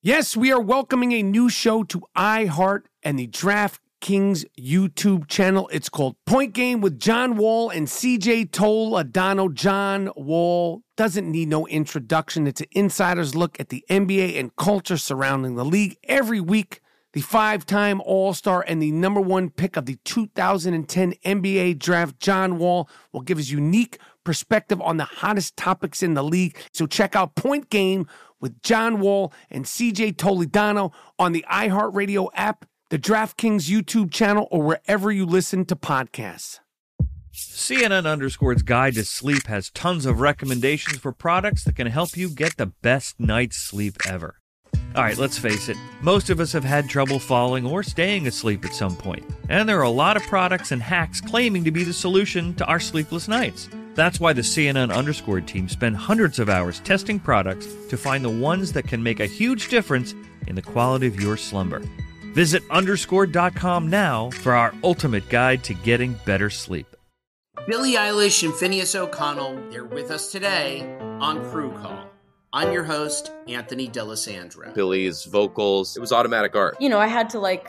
Yes, we are welcoming a new show to iHeart and the DraftKings YouTube channel. It's called Point Game with John Wall and CJ Toll Adano. John Wall doesn't need no introduction. It's an insider's look at the NBA and culture surrounding the league every week. The five time All Star and the number one pick of the 2010 NBA draft, John Wall, will give his unique perspective on the hottest topics in the league. So check out Point Game with John Wall and CJ Toledano on the iHeartRadio app, the DraftKings YouTube channel, or wherever you listen to podcasts. CNN Underscore's Guide to Sleep has tons of recommendations for products that can help you get the best night's sleep ever. All right, let's face it, most of us have had trouble falling or staying asleep at some point, and there are a lot of products and hacks claiming to be the solution to our sleepless nights. That's why the CNN Underscored team spend hundreds of hours testing products to find the ones that can make a huge difference in the quality of your slumber. Visit underscore.com now for our ultimate guide to getting better sleep. Billie Eilish and Phineas O'Connell, they're with us today on Crew Call. I'm your host, Anthony Delisandro. Billy's vocals. It was automatic art. you know, I had to like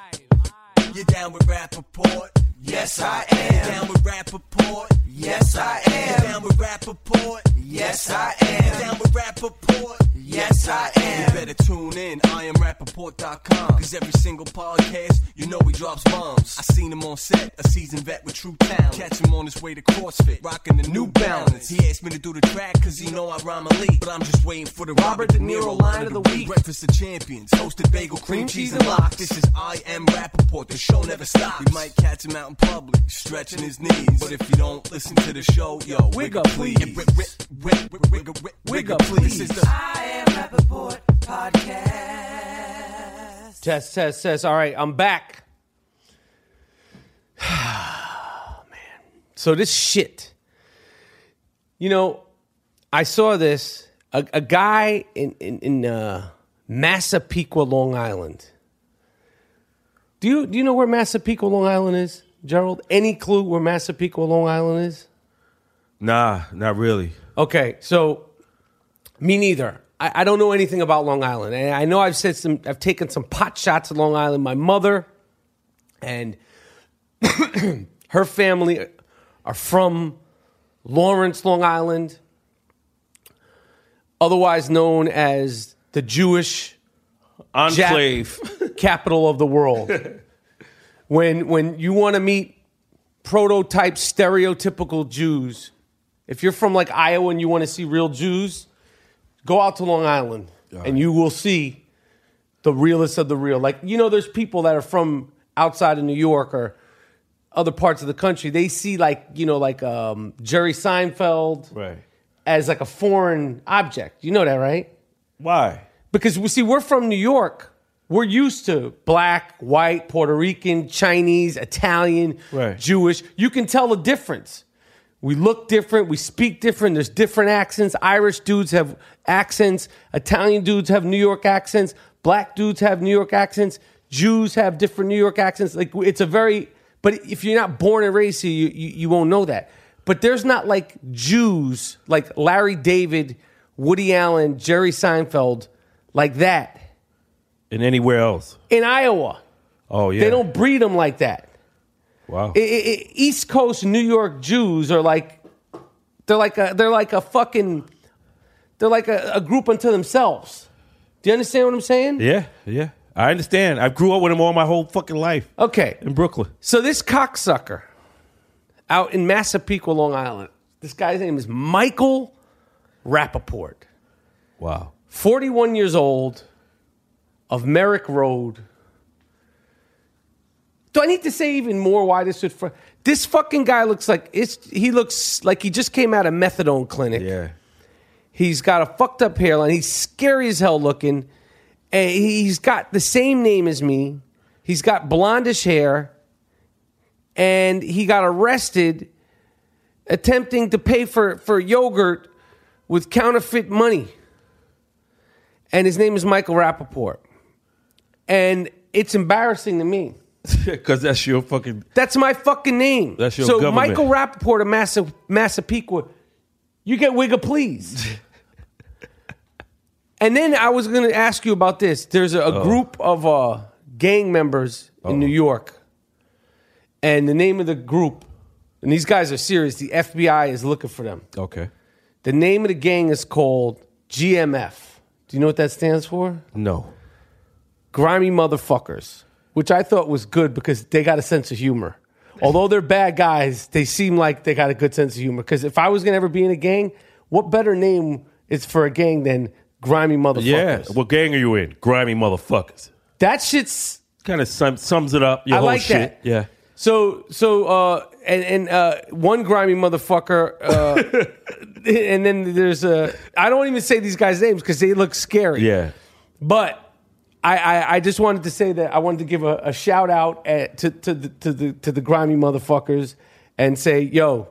You down with Rappaport? Yes, I am. You down with Rappaport? Yes, I am. You down with Rappaport? Yes, I am. You down with Rappaport? Yes, I am. You better tune in. I am Rappaport.com. Cause every single podcast, you know he drops bombs. I seen him on set, a seasoned vet with true talent. Catch him on his way to CrossFit, rocking the New Balance. He asked me to do the track cause he know I rhyme elite. But I'm just waiting for the Robert De Niro line of the week. Breakfast of Champions, hosted bagel, cream cheese, and lox. This is I Am Rappaport, the show never stops. We might catch him out in public, stretching his knees. But if you don't listen to the show, yo, wigger please. Yeah, ri- ri- ri- ri- wigger, ri- wigger please. This is the Test, test, test. All right, I'm back. Oh, Man. So this shit. You know, I saw this. A, a guy in, in, in uh, Massapequa, Long Island. Do you, do you know where Massapequa, Long Island is, Gerald? Any clue where Massapequa, Long Island is? Nah, not really. Okay, so me neither. I, I don't know anything about Long Island, and I know I've said some. I've taken some pot shots at Long Island. My mother and her family are from Lawrence, Long Island, otherwise known as the Jewish Enclave. capital of the world. when when you want to meet prototype stereotypical Jews, if you're from like Iowa and you want to see real Jews, go out to Long Island and you will see the realest of the real. Like you know, there's people that are from outside of New York or other parts of the country. They see like you know like um, Jerry Seinfeld Right. as like a foreign object. You know that, right? Why? because we see we're from New York. We're used to black, white, Puerto Rican, Chinese, Italian, Right. Jewish. You can tell the difference. We look different. We speak different. There's different accents. Irish dudes have accents. Italian dudes have New York accents. Black dudes have New York accents. Jews have different New York accents. Like it's a very, but if you're not born and raised here, you, you, you won't know that. But there's not like Jews, like Larry David, Woody Allen, Jerry Seinfeld, like that And anywhere else? in Iowa. Oh yeah. They don't breed them like that. Wow. I- I- I- East Coast New York Jews are like they're like a they're like a fucking they're like a, a group unto themselves. Do you understand what I'm saying? yeah. Yeah. I understand. I grew up with him all my whole fucking life Okay. in Brooklyn. So this cocksucker out in Massapequa, Long Island, this guy's name is Michael Rappaport, Wow. 41 years old, of Merrick Road. Do I need to say even more why this would? Fr- this fucking guy looks like it's. He looks like he just came out of methadone clinic. Yeah. He's got a fucked up hairline. He's scary as hell looking. And he's got the same name as me. He's got blondish hair. And he got arrested attempting to pay for, for yogurt with counterfeit money. And his name is Michael Rappaport. And it's embarrassing to me. Because that's your fucking. That's my fucking name. That's your so government. Michael Rappaport of Massa, Massapequa, you get wigger, please. and then I was going to ask you about this. There's a, a group of uh, gang members in New York, and the name of the group, and these guys are serious. The FBI is looking for them. Okay. The name of the gang is called GMF. Do you know what that stands for? No. grimy motherfuckers, which I thought was good because they got a sense of humor. Although they're bad guys, they seem like they got a good sense of humor. Because if I was gonna ever be in a gang, what better name is for a gang than grimy motherfuckers? Yeah. What gang are you in? Grimy motherfuckers. that shit's Kind of sum, sums it up. Your I whole like shit. that. Yeah. so so. Uh, and and uh, one grimy motherfucker, uh, and then there's a. I don't even say these guys' names because they look scary. Yeah. But I, I, I just wanted to say that I wanted to give a, a shout out at, to, to, the, to, the, to the grimy motherfuckers and say, yo,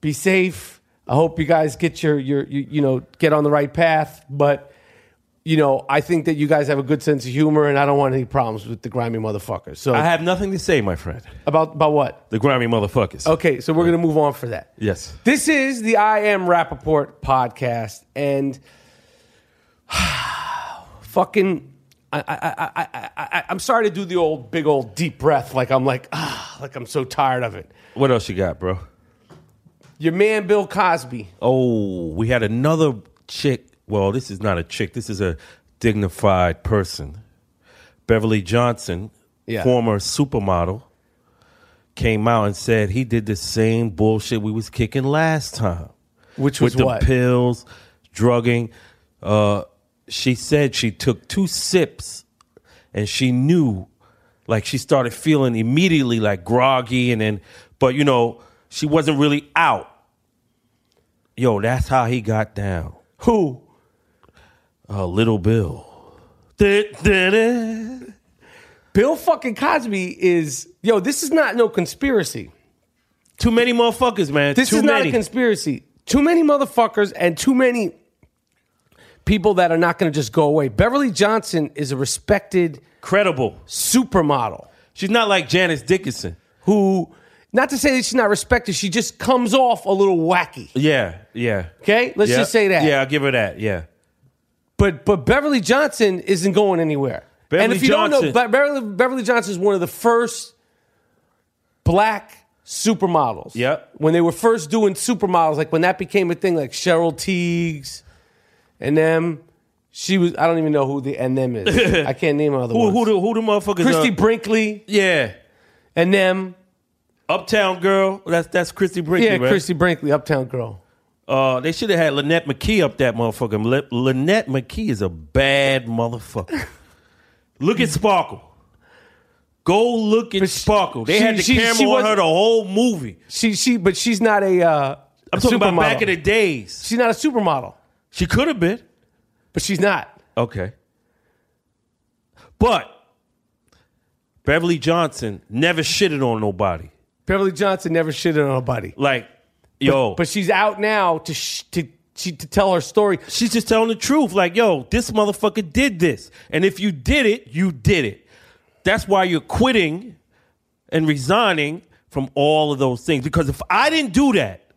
be safe. I hope you guys get your, your you, you know, get on the right path. But, you know, I think that you guys have a good sense of humor and I don't want any problems with the grimy motherfuckers. So, I have nothing to say, my friend. about, about what? The grimy motherfuckers. Okay, so we're going to move on for that. Yes. This is the I Am Rappaport podcast, and fucking, I, I, I, I, I- I, I'm sorry to do the old big old deep breath, like I'm like, ah, like I'm so tired of it. What else you got, bro? Your man Bill Cosby, Oh, we had another chick. Well, this is not a chick. This is a dignified person. Beverly Johnson, Yeah. former supermodel, came out and said he did the same bullshit we was kicking last time. which was with what? the pills, drugging. Uh, she said she took two sips and she knew, like she started feeling immediately like groggy, and then, but you know, she wasn't really out. Yo, that's how he got down. Who? Uh, little Bill. Da-da-da. Bill fucking Cosby is yo. This is not no conspiracy. Too many motherfuckers, man. This Too is not many. a conspiracy. Too many motherfuckers and too many people that are not going to just go away. Beverly Johnson is a respected Credible. supermodel. She's not like Janice Dickinson. who, not to say that she's not respected, she just comes off a little wacky. Yeah, yeah. Okay, let's Yeah. just say that. Yeah, I'll give her that. Yeah. But but Beverly Johnson isn't going anywhere. Beverly and if you Johnson- don't know, Be- Beverly, Beverly Johnson is one of the first black supermodels. Yep. When they were first doing supermodels, like when that became a thing, like Cheryl Teagues and them. She was. I don't even know who the and them is. I can't name other Who, ones. who, the, who the motherfuckers Christy are? Brinkley Yeah. and them. Uptown Girl. That's that's Christy Brinkley, yeah, right? Christy Brinkley, Uptown Girl. Uh, they should have had Lynette McKee up that motherfucker. Lin- Lynette McKee is a bad motherfucker. look at Sparkle. Go look at she- Sparkle. They she- had the she- camera she on her wasn't- the whole movie. She she, but she's not a. Uh, I'm a talking about supermodel. back in the days. She's not a supermodel, She could have been. but she's not. Okay. But Beverly Johnson never shitted on nobody. Beverly Johnson never shitted on a buddy, Like, yo. but she's out now to sh- to she, to tell her story. She's just telling the truth. Like, yo, this motherfucker did this. And if you did it, you did it. That's why you're quitting and resigning from all of those things. Because if I didn't do that,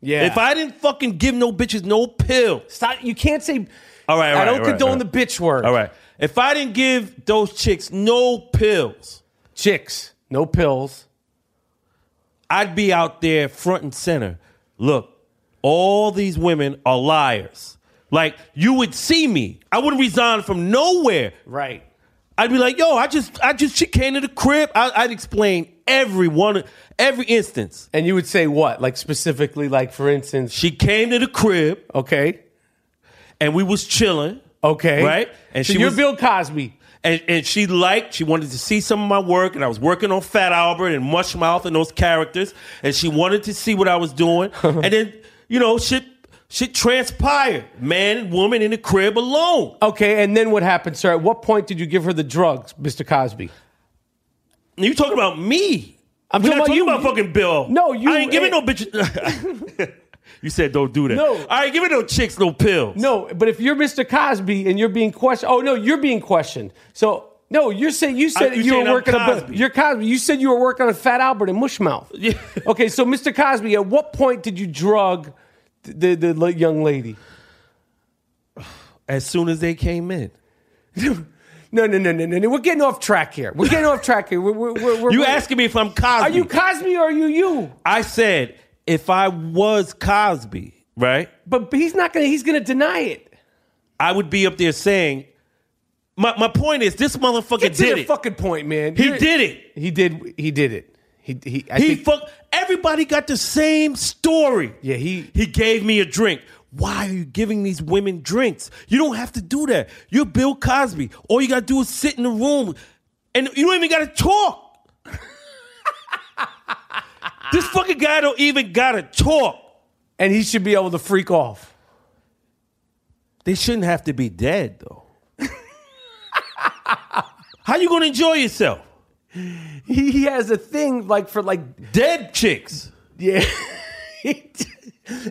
Yeah, if I didn't fucking give no bitches no pills. Stop- you can't say. All right, all I right, don't all right, condone all the right. bitch word. All right. If I didn't give those chicks no pills, chicks, no pills. I'd be out there front and center. Look, all these women are liars. Like, you would see me. I would resign from nowhere. Right. I'd be like, yo, I just, I just, she came to the crib. I, I'd explain every one, every instance. And you would say what? Like specifically, like for instance, She came to the crib okay, and we was chilling. okay, Right? And And so she you're was- Bill Cosby. And, and she liked, she wanted to see some of my work, and I was working on Fat Albert and Mushmouth and those characters, and she wanted to see what I was doing. and then, you know, shit, shit transpired. Man and woman in the crib alone. Okay, and then what happened, sir? At what point did you give her the drugs, Mr. Cosby? You talking about me? I'm We're not talking about talking you. about fucking Bill. No, you- eh, I ain't giving no bitch. you said don't do that. No. I ain't giving no chicks no pills. No, but if you're Mr. Cosby and you're being questioned, oh no, you're being questioned. So no, you're saying you said I- you you were saying I'm working on Cosby. you're Cosby. You said you were working on Fat Albert and Mushmouth. Yeah. Okay, so Mr. Cosby, at what point did you drug the the, the young lady? As soon as they came in, No, no, no, no, no, no. We're getting off track here. We're getting off track here. We're, we're, we're, we're- you we're- asking me if I'm Cosby? Are you Cosby or are you you? I said if I was Cosby, right, But he's not gonna. He's gonna deny it. I would be up there saying. My, my point is, this motherfucker Get to did the it. fucking point, man. he You're- did it. He did. He did it. He he. I He think- fuck. Everybody got the same story. Yeah, he- he gave me a drink. Why are you giving these women drinks? You don't have to do that. You're Bill Cosby. All you gotta do is sit in the room, and you don't even gotta talk. this fucking guy don't even gotta talk. and he should be able to freak off. They shouldn't have to be dead though. How you gonna enjoy yourself? He, he has a thing like for like Dead chicks. yeah.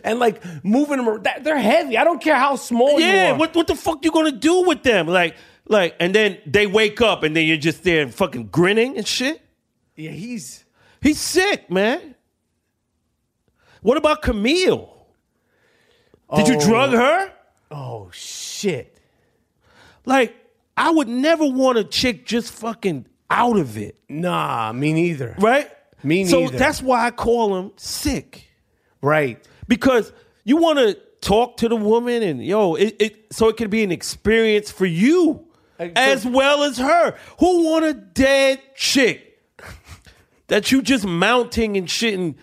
And like moving them, around. That- they're heavy. I don't care how small you Yeah, are. what what the fuck you gonna do with them? Like like, and then they wake up and then you're just there and fucking grinning and shit. Yeah, he's He's sick, man. What about Camille? Did you Oh. drug her? oh shit. Like, I would never want a chick just fucking out of it, Nah, me neither. right? Me So neither. that's why I call him sick. Right. because you want to talk to the woman and yo it, it so it can be an experience for you Like, so- as well as her who want a dead chick that you just mounting and shit and,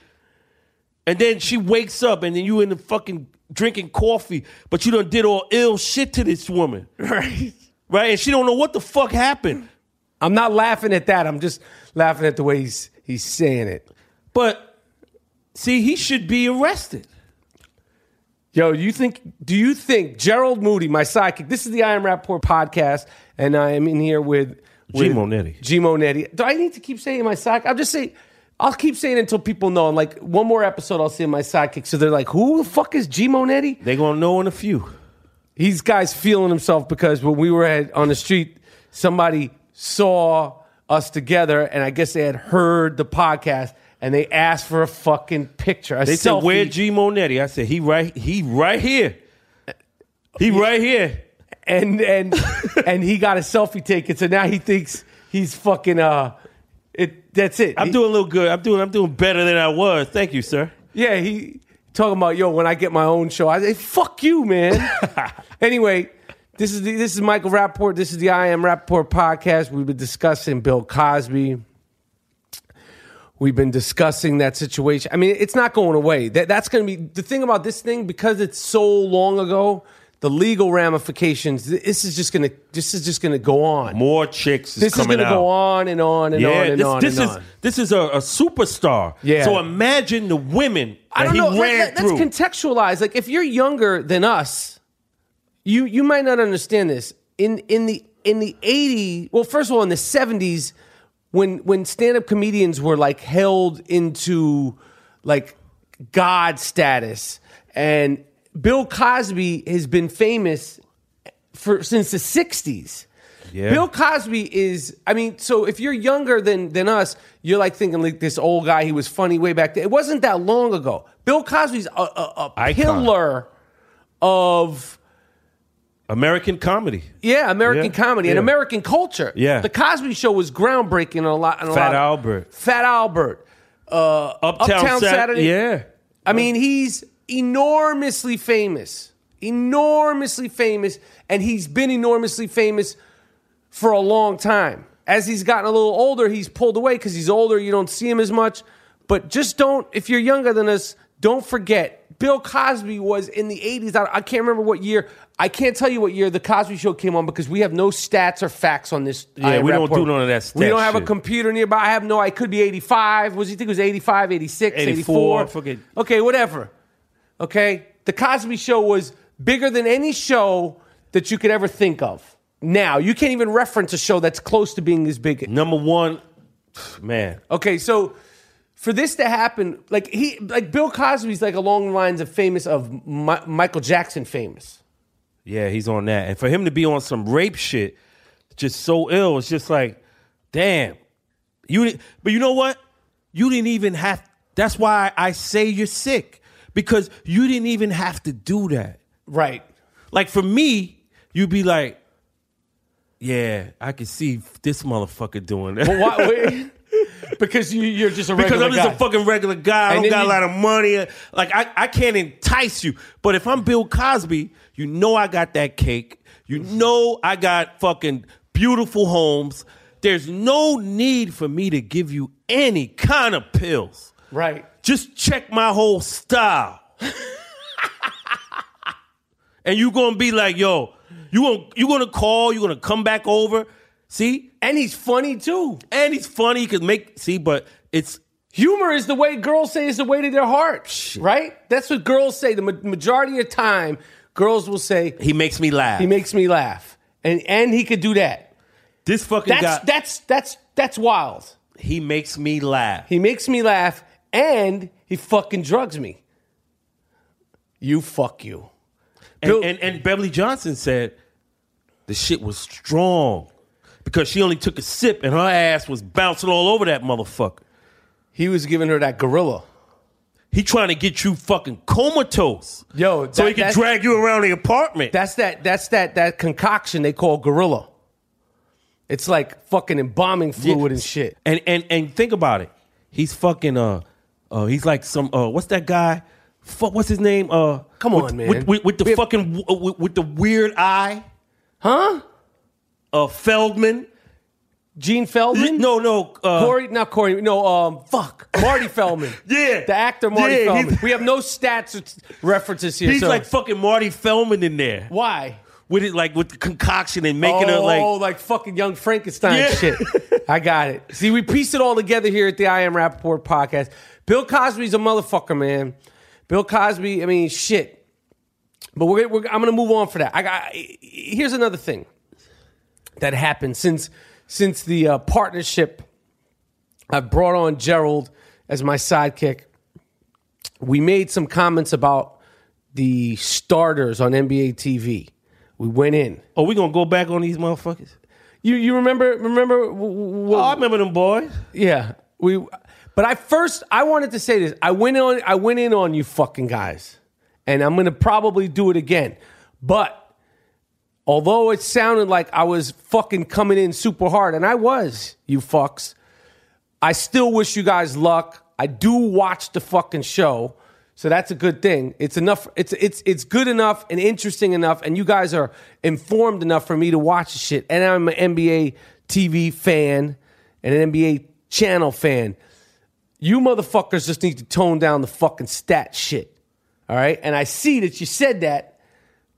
and then she wakes up and then you in the fucking drinking coffee but you done did all ill shit to this woman Right. right and she don't know what the fuck happened I'm not laughing at that. I'm just laughing at the way he's he's saying it. but see he should be arrested Yo, you think? Do you think Gerald Moody, my sidekick? This is the I Am Rapport podcast, and I am in here with, with G. Monetti. G Monetti. Do I need to keep saying my sidekick? I'll just say, I'll keep saying it until people know. I'm like, one more episode, I'll say my sidekick. So they're like, who the fuck is G Monetti? they gonna know in a few He's guys feeling himself because when we were at, on the street, somebody saw us together, and I guess they had heard the podcast, and they asked for a fucking picture. A They selfie. said, "Where G Monetti?" I said, "He right, he right here, he right here." and and and he got a selfie taken. So now he thinks he's fucking uh, it. That's it. I'm He- doing a little good. I'm doing, I'm doing better than I was. Thank you, sir. Yeah, he talking about yo. When I get my own show, I say fuck you, man. anyway, this is the, this is Michael Rapport. This is the I Am Rapport podcast. We've been discussing Bill Cosby. We've been discussing that situation. I mean, it's not going away. That that's going to be the thing about this thing because it's so long ago. The legal ramifications. This is just gonna. This is just gonna go on. More chicks is this is coming going to out. go on and on and on and this, on this and is on. this is a, a superstar. Yeah. So imagine the women that I don't he know. ran Let, through. us contextualize. Like, if you're younger than us, you you might not understand this. In in the in the eighty, well, first of all, in the seventies, when when stand up comedians were like held into like god status, and Bill Cosby has been famous for since the sixties. Yeah. Bill Cosby is. I mean, so if you're younger than than us, you're like thinking like this old guy. He was funny way back then. It wasn't that long ago. Bill Cosby's a, a, a Icon. pillar of American comedy. yeah American Yeah, comedy and yeah. American culture. Yeah. the Cosby Show was groundbreaking on a lot. On a Fat lot- Albert. Fat Albert. Uh, Uptown, Sat- Saturday. Yeah. I mean, he's enormously famous, enormously famous, and he's been enormously famous for a long time. As he's gotten a little older, he's pulled away because he's older. You don't see him as much. But just don't, if you're younger than us, don't forget Bill Cosby was in the 80s. I, I can't remember what year. I can't tell you what year the Cosby Show came on because we have no stats or facts on this. Yeah, we don't do rapport. none of that We stat don't have a shit. computer nearby. I have no. I could be 85. Was he think it was 85, 86, 84? 84, forget- Okay, whatever. Okay, the Cosby Show was bigger than any show that you could ever think of. Now you can't even reference a show that's close to being as big. Number one, man. Okay, so for this to happen, like he, like Bill Cosby's like along the lines of famous of Mi- Michael Jackson famous. Yeah, he's on that. And for him to be on some rape shit, just so ill, it's just like, damn. You di- but you know what? You didn't even have that's why I say you're sick. Because you didn't even have to do that. Right. Like for me, you'd be like, Yeah, I can see this motherfucker doing that. But why? wait, because you, you're just a because regular I'm just guy. a fucking regular guy. I don't And then got you- a lot of money. Like I, I can't entice you. But if I'm Bill Cosby, you know I got that cake. You know I got fucking beautiful homes. There's no need for me to give you any kind of pills. right. Just check my whole style. and you gonna be like, yo, you gonna you gonna call, you gonna come back over. See? And he's funny too. And he's funny, he could make see, but it's Humor is the way girls say is the way to their heart, right? That's what girls say. The ma- majority of time, girls will say, He makes me laugh. "He makes me laugh," and and he could do that. this fucking That's guy. that's that's that's wild. he makes me laugh. He makes me laugh, and he fucking drugs me. You fuck you. Bill- and, and and Beverly Johnson said the shit was strong because she only took a sip and her ass was bouncing all over that motherfucker. He was giving her that gorilla. He trying to get you fucking comatose. Yo, so that- he can that's- drag you around the apartment. That's that. That's that. That concoction they call gorilla. It's like fucking embalming fluid and shit. And and and think about it. He's fucking uh uh he's like some uh what's that guy? Fuck what's his name? Uh Come with- on, man. With, with, with the We have- fucking w- uh, with, with the weird eye. Huh? Uh Feldman. Gene Feldman. No, no. Uh, Corey, not Corey. No, um, fuck, Marty Feldman. Yeah. the actor Marty Yeah, he's- Feldman. We have no stats or t- references here. He's so- like fucking Marty Feldman in there why? with it, like with the concoction and making her oh, like. fucking young Frankenstein Yeah. shit. I got it. See, we piece it all together here at the I Am Rappaport podcast. Bill Cosby's a motherfucker, man. Bill Cosby. I mean, shit. But we're, we're I'm gonna move on for that. I got. Here's another thing that happened since since the uh, partnership. I brought on Gerald as my sidekick. We made some comments about the starters on NBA TV. We went in. Oh, we gonna go back on these motherfuckers? You you remember remember w- w- Oh, I remember them boys. yeah we but I first I wanted to say this I went on I went in on you fucking guys and I'm gonna probably do it again but although it sounded like I was fucking coming in super hard and I was you fucks I still wish you guys luck I do watch the fucking show so that's a good thing it's enough it's it's it's good enough and interesting enough and you guys are informed enough for me to watch the shit and I'm an NBA TV fan and an NBA channel fan. You motherfuckers just need to tone down the fucking stat shit. All right? And I see that you said that,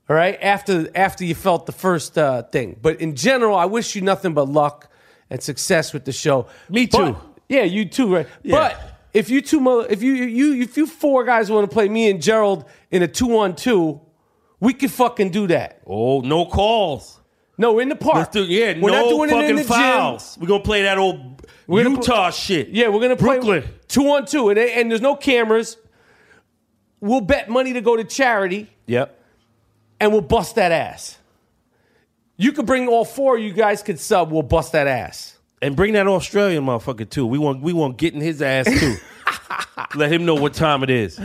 all right, after after you felt the first uh, thing. But in general, I wish you nothing but luck and success with the show. Me But- too. yeah, you too, right? But if you two mother if you you if you four guys want to play me and Gerald in a 2 on 2, we can fucking do that. Oh, no calls. No, in the park. Let's do yeah. We're no not doing fucking it in the gym. fouls. We gonna play that old We're gonna Utah pl- shit. Yeah, we're gonna play Brooklyn. two on two, and, and there's no cameras. We'll bet money to go to charity, Yep. and we'll bust that ass. You could bring all four. You guys could sub. We'll bust that ass. And bring that Australian motherfucker too. We want we want getting his ass too. Let him know what time it is.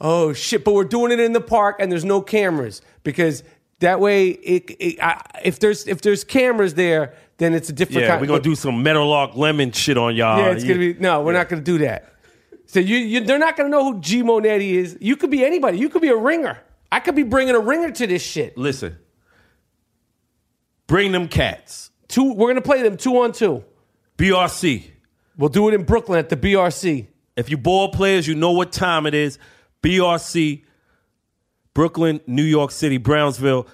Oh shit! But we're doing it in the park, and there's no cameras because that way, it, it, I, if there's if there's cameras there, then it's a different. Yeah, kind- we're gonna do some Meadowlark lemon shit on y'all. Yeah, it's gonna be no. We're not gonna do that. So you, you they're not gonna know who G Monetti is. You could be anybody. You could be a ringer. I could be bringing a ringer to this shit. Listen, bring them cats. Two. We're gonna play them two on two. BRC. We'll do it in Brooklyn at the BRC. If you ball players, you know what time it is. BRC, Brooklyn, New York City, Brownsville.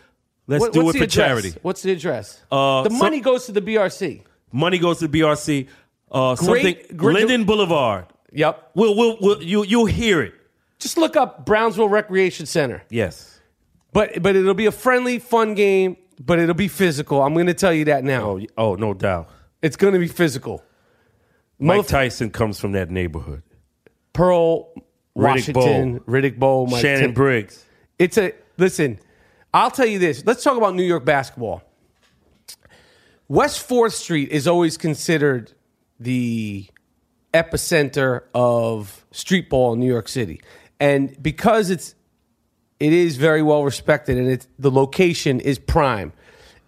Let's What- do it what's for the address? charity. What's the address? Uh, the some- money goes to the BRC. Money goes to the BRC. Uh, Great- something great- Linden Boulevard. Yep. We'll, we'll, we'll, you, you'll hear it. Just look up Brownsville Recreation Center. Yes. But but it'll be a friendly, fun game. But it'll be physical. I'm going to tell you that now. Oh, no doubt. It's going to be physical. Mike Tyson comes from that neighborhood. Pearl, Riddick Bowe. Washington, Riddick Bowe, Mike Shannon Tim- Briggs. It's a listen. I'll tell you this. Let's talk about New York basketball. West Fourth Street is always considered the epicenter of street ball in New York City, and because it's it is very well respected, and it's the location is prime,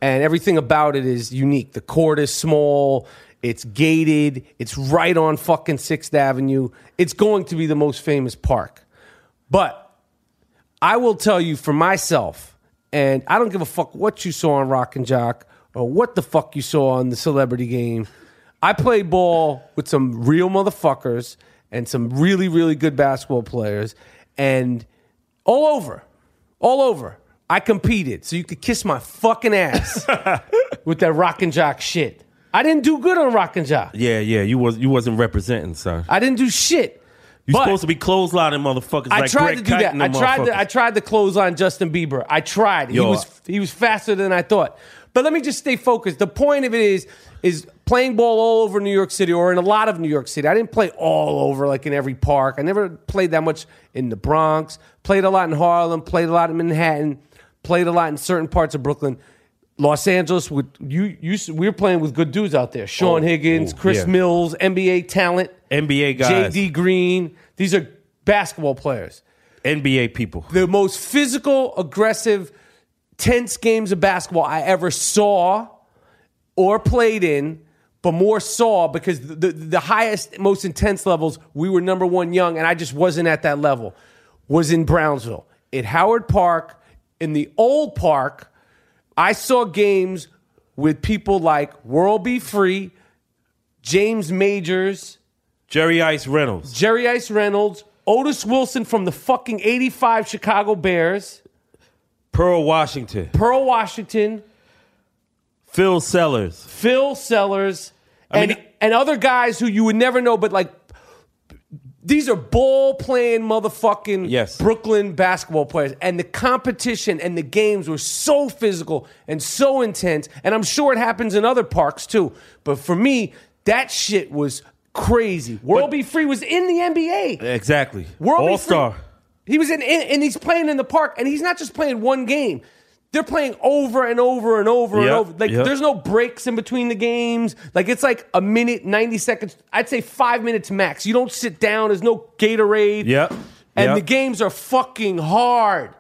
and everything about it is unique. The court is small. It's gated. It's right on fucking Sixth Avenue. It's going to be the most famous park. But I will tell you for myself, and I don't give a fuck what you saw on Rock and Jock or what the fuck you saw on the celebrity game. I played ball with some real motherfuckers and some really, really good basketball players and all over. All over. I competed. So you could kiss my fucking ass with that rock and jock shit. I didn't do good on rock and jock. Yeah, yeah. You, was, you wasn't representing, son. I didn't do shit. You're But- supposed to be clotheslining motherfuckers I like tried Greg to do Kite that. and I them tried motherfuckers. to I tried to close on Justin Bieber. I tried. he Yo, was he was faster than I thought. But let me just stay focused. The point of it is is playing ball all over New York City or in a lot of New York City. I didn't play all over like in every park. I never played that much in the Bronx. Played a lot in Harlem, played a lot in Manhattan, played a lot in certain parts of Brooklyn. Los Angeles with you you we were playing with good dudes out there. Sean Higgins, Oh, ooh, Chris yeah. Mills, NBA talent, NBA guys. JD Green. These are basketball players NBA people. the most physical, aggressive, tense games of basketball I ever saw or played in, but more saw because the, the, the highest, most intense levels, we were number one young, and I just wasn't at that level, was in Brownsville. At Howard Park, in the old park, I saw games with people like World Be Free, James Majors, Jerry Ice Reynolds. Jerry Ice Reynolds, Otis Wilson from the fucking 85 Chicago Bears, Pearl Washington. Pearl Washington, Phil Sellers. Phil Sellers, I and, mean- and other guys who you would never know, but like these are ball playing motherfucking Yes. Brooklyn basketball players. And the competition and the games were so physical and so intense. And I'm sure it happens in other parks too. But for me, that shit was crazy. World Be Free was in the NBA. Exactly. World All star. Free- He was in, in, and he's playing in the park, and he's not just playing one game. They're playing over and over and over and Yep, over. Like yep. there's no breaks in between the games. Like it's like a minute, ninety seconds. I'd say five minutes max. You don't sit down. There's no Gatorade. Yep. And yep. the games are fucking hard.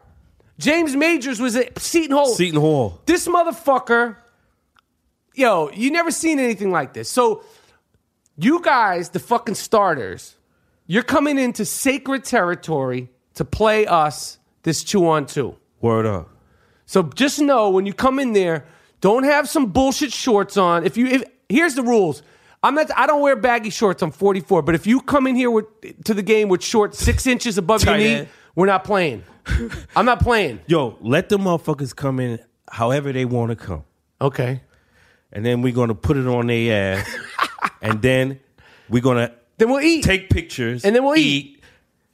James Majors was at Seton Hall. Seton Hall. This motherfucker, yo, you never seen anything like this. So, you guys, the fucking starters, you're coming into sacred territory to play us this two on two. Word up. So just know when you come in there, don't have some bullshit shorts on. If you if here's the rules. I'm not I don't wear baggy shorts, I'm 44, but if you come in here with to the game with shorts six inches above your Tight knee, end. we're not playing. I'm not playing. Yo, let the motherfuckers come in however they want to come. Okay. And then we're going to put it on their ass. and then we're going to Then we'll eat. take pictures. And then we'll eat.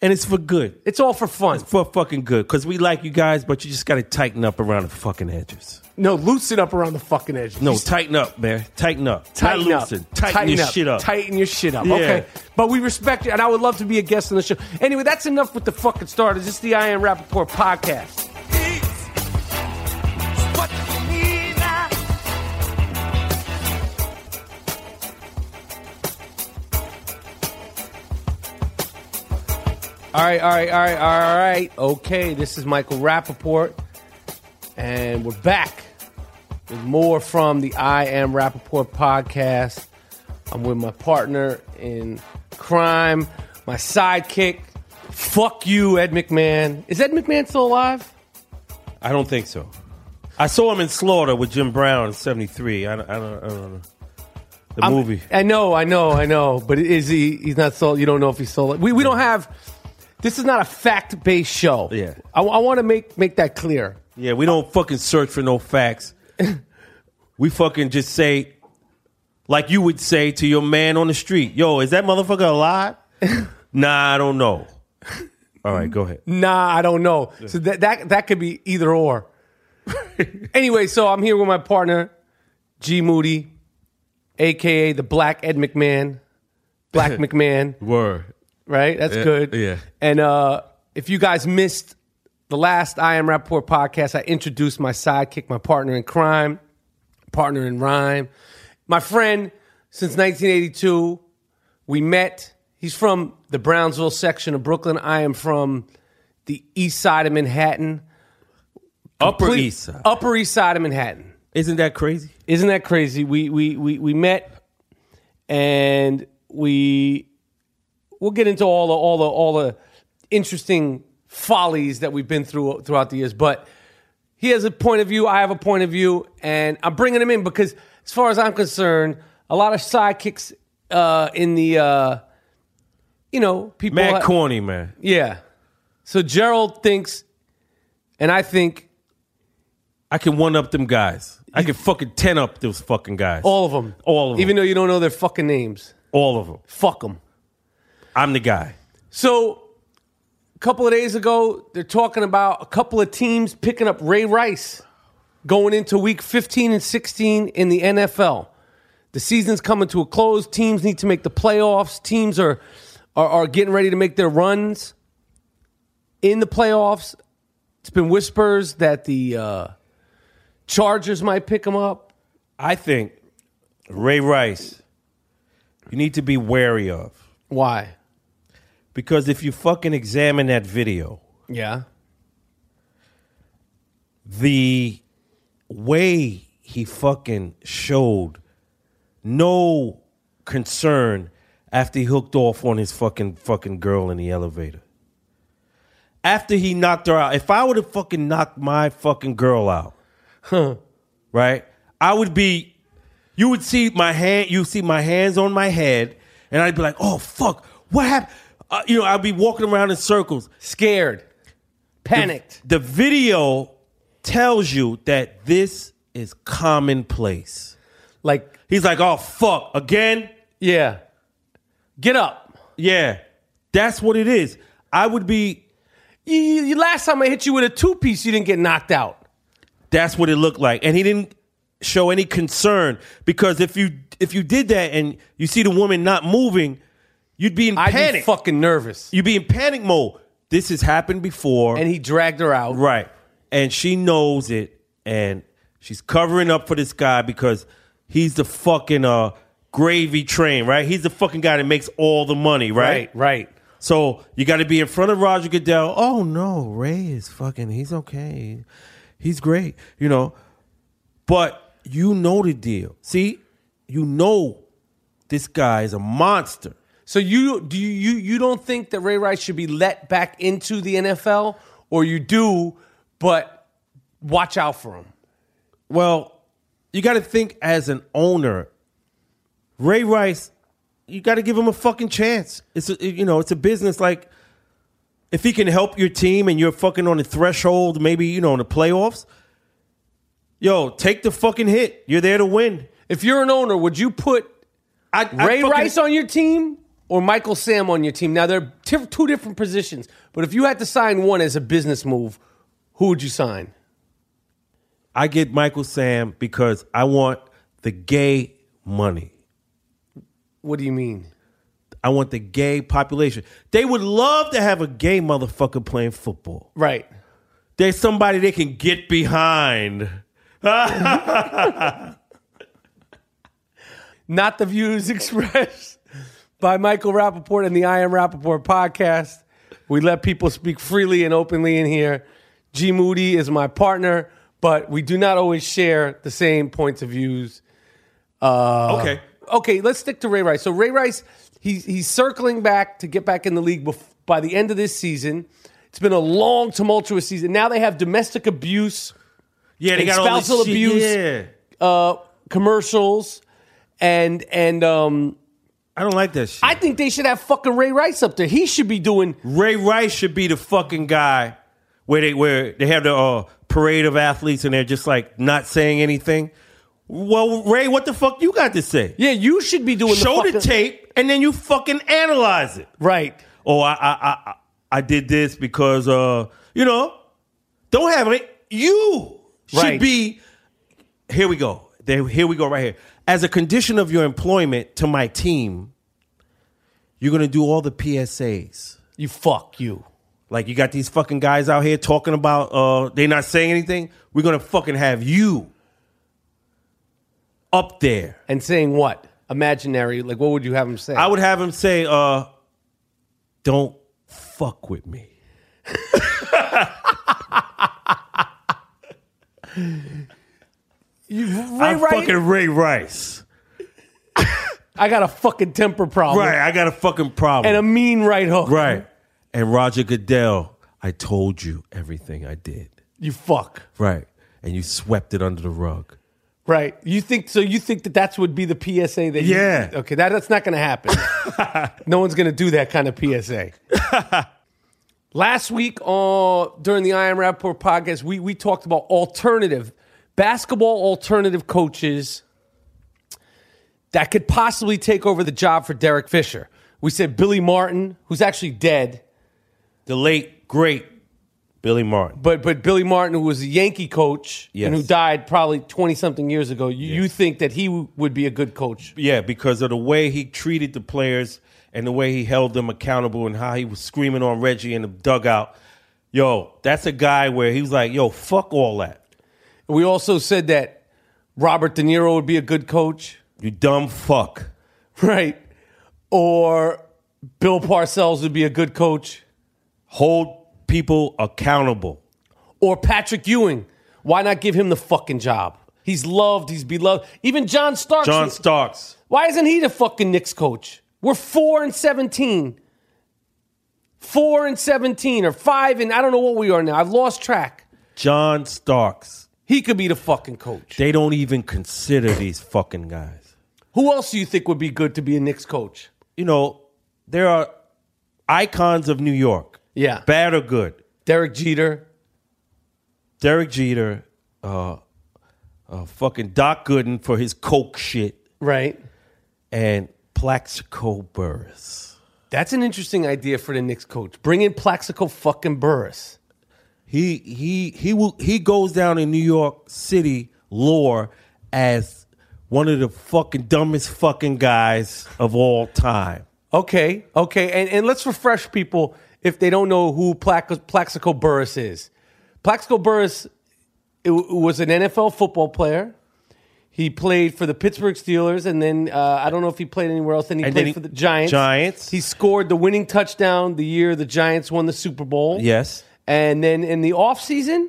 And it's for good. it's all for fun. It's for fucking good. Because we like you guys, but you just got to tighten up around the fucking edges. No, loosen up around the fucking edge. No, Just tighten up, man. Tighten up. Not tighten up. loosen. Tighten, your up. shit up. Tighten your shit up. Yeah. Okay. But we respect it, and I would love to be a guest on the show. Anyway, that's enough with the fucking starters. This is the I Am Rappaport podcast. All right, all right, all right, all right. Okay, this is Michael Rappaport, and we're back with more from the I Am Rappaport podcast. I'm with my partner in crime, my sidekick. Fuck you, Ed McMahon. Is Ed McMahon still alive? I don't think so. I saw him in Slaughter with Jim Brown in '73. I, don't- I, don't, I don't know the I'm- movie. I know, I know, I know. But is he? He's not sold. You don't know if he's sold. We we don't have. This is not a fact based show. Yeah, I, want to make make that clear. Yeah, we don't fucking search for no facts. we fucking just say, like you would say to your man on the street, "Yo, is that motherfucker alive?" nah, I don't know. All right, go ahead. Nah, I don't know. So that that that could be either or. anyway, so I'm here with my partner, G Moody, aka the Black Ed McMahon, Black McMahon. Word. Right, that's Yeah, good. yeah. And uh, if you guys missed the last I Am Rapport podcast, I introduced my sidekick, my partner in crime, partner in rhyme, my friend since 1982. We met. He's from the Brownsville section of Brooklyn. I am from the east side of Manhattan. Upper Complete- East Side. Upper East Side of Manhattan. Isn't that crazy? Isn't that crazy? We we we we met and we we'll get into all the all the all the interesting follies that we've been through throughout the years, but he has a point of view, I have a point of view, and I'm bringing him in because as far as I'm concerned, a lot of sidekicks uh in the uh you know, people Mad ha- corny, man. Yeah. So Gerald thinks and I think I can one up them guys. I can fucking ten up those fucking guys. all of them, All of 'em. even though you don't know their fucking names. All of them. Fuck them. I'm the guy. So, a couple of days ago, they're talking about a couple of teams picking up Ray Rice going into week 15 and 16 in the NFL. The season's coming to a close. Teams need to make the playoffs. Teams are, are, are getting ready to make their runs in the playoffs. It's been whispers that the uh, Chargers might pick him up. I think Ray Rice, you need to be wary of Why? because if you fucking examine that video, Yeah. the way he fucking showed no concern after he hooked off on his fucking fucking girl in the elevator. After he knocked her out, if I would have fucking knocked my fucking girl out, right? I would be you would see my hand you see my hands on my head and I'd be like, "Oh fuck, what happened?" Uh, you know, I'd be walking around in circles Scared. Panicked. the video tells you that this is commonplace. Like, He's like, oh, fuck, again? yeah. Get up. Yeah, that's what it is. I would be, You, you, you- last time I hit you with a two piece, you didn't get knocked out. that's what it looked like. And he didn't show any concern because if you if you did that and you see the woman not moving, you'd be in I'd be panic. fucking nervous. you'd be in panic mode. This has happened before. And he dragged her out. Right. And she knows it and she's covering up for this guy because he's the fucking uh gravy train, right? He's the fucking guy that makes all the money, right? right, right. So you got to be in front of Roger Goodell. Oh no, Ray is fucking he's okay. He's great, you know. But you know the deal. See? You know this guy is a monster. So you do you, you you don't think that Ray Rice should be let back into the NFL, or you do, but watch out for him. Well, you got to think as an owner. Ray Rice, you got to give him a fucking chance. It's a, you know, it's a business. Like, if he can help your team and you're fucking on the threshold, maybe you know in the playoffs. Yo, take the fucking hit. You're there to win. If you're an owner, would you put I, I Ray fucking- Rice on your team or Michael Sam on your team? Now they're t- two different positions, but if you had to sign one as a business move, who would you sign? I get Michael Sam because I want the gay money. What do you mean? I want the gay population. They would love to have a gay motherfucker playing football. Right. there's somebody they can get behind. Ah, not the views expressed by Michael Rappaport and the I Am Rappaport podcast. We let people speak freely and openly in here. G Moody is my partner, but we do not always share the same points of views. Uh, Okay. Okay, let's stick to Ray Rice. So Ray Rice, he's he's circling back to get back in the league bef- by the end of this season. It's been a long, tumultuous season. Now they have domestic abuse Yeah, they and got all this spousal shit, abuse uh, commercials, and and um, I don't like that shit. I think they should have fucking Ray Rice up there. He should be doing Ray Rice should be the fucking guy where they where they have the uh, parade of athletes and they're just like not saying anything. Well, Ray, what the fuck you got to say? Yeah, you should be doing show the, fucking- tape and then you fucking analyze it. Right. Oh, I I I I- I did this because uh you know don't have it. You should Right. be. Here we go. There, here we go. Right here. As a condition of your employment to my team, you're gonna do all the PSAs. you fuck you. Like you got these fucking guys out here talking about uh they not saying anything. We're gonna fucking have you up there. And saying what? Imaginary. Like, what would you have him say? I would have him say, uh, don't fuck with me. Ray I'm Rice- fucking Ray Rice. I got a fucking temper problem. Right, I got a fucking problem. And a mean right hook. right. And Roger Goodell, I told you everything I did. You fuck. Right. And you swept it under the rug. Right. You think so? You think that that's would be the PSA that? you- Yeah. okay. That that's not going to happen. no one's going to do that kind of PSA. Last week, uh, during the I Am Rapport podcast, we we talked about alternative basketball alternative coaches that could possibly take over the job for Derek Fisher. We said Billy Martin, who's actually dead, The late, great Billy Martin. but but Billy Martin, who was a Yankee coach and Yes. who died probably twenty something years ago. You, you think that he w- would be a good coach? Yeah, because of the way he treated the players and the way he held them accountable and how he was screaming on Reggie in the dugout. Yo, that's a guy where he was like, yo, fuck all that. We also said that Robert De Niro would be a good coach, You dumb fuck. right? Or Bill Parcells would be a good coach, Hold people accountable. or Patrick Ewing. Why not give him the fucking job? He's loved, he's beloved. Even John Starks. John Starks. Why isn't he the fucking Knicks coach? We're 4 and 17. 4 and 17 or 5 and I don't know what we are now. I've lost track. John Starks. He could be the fucking coach. They don't even consider these fucking guys. Who else do you think would be good to be a Knicks coach? You know, there are icons of New York, Yeah. bad or good. Derek Jeter, Derek Jeter, uh, uh, fucking Doc Gooden for his coke shit. right? and Plaxico Burris. That's an interesting idea for the Knicks coach. Bring in Plaxico fucking Burris. He he he will he goes down in New York City lore as one of the fucking dumbest fucking guys of all time. Okay, okay. And, and let's refresh people if they don't know who Plax- Plaxico Burris is. Plaxico Burris it w- was an NFL football player. He played for the Pittsburgh Steelers, and then uh, I don't know if he played anywhere else. Then he And played then he- for the Giants. Giants. He scored the winning touchdown the year the Giants won the Super Bowl. Yes. And then in the offseason,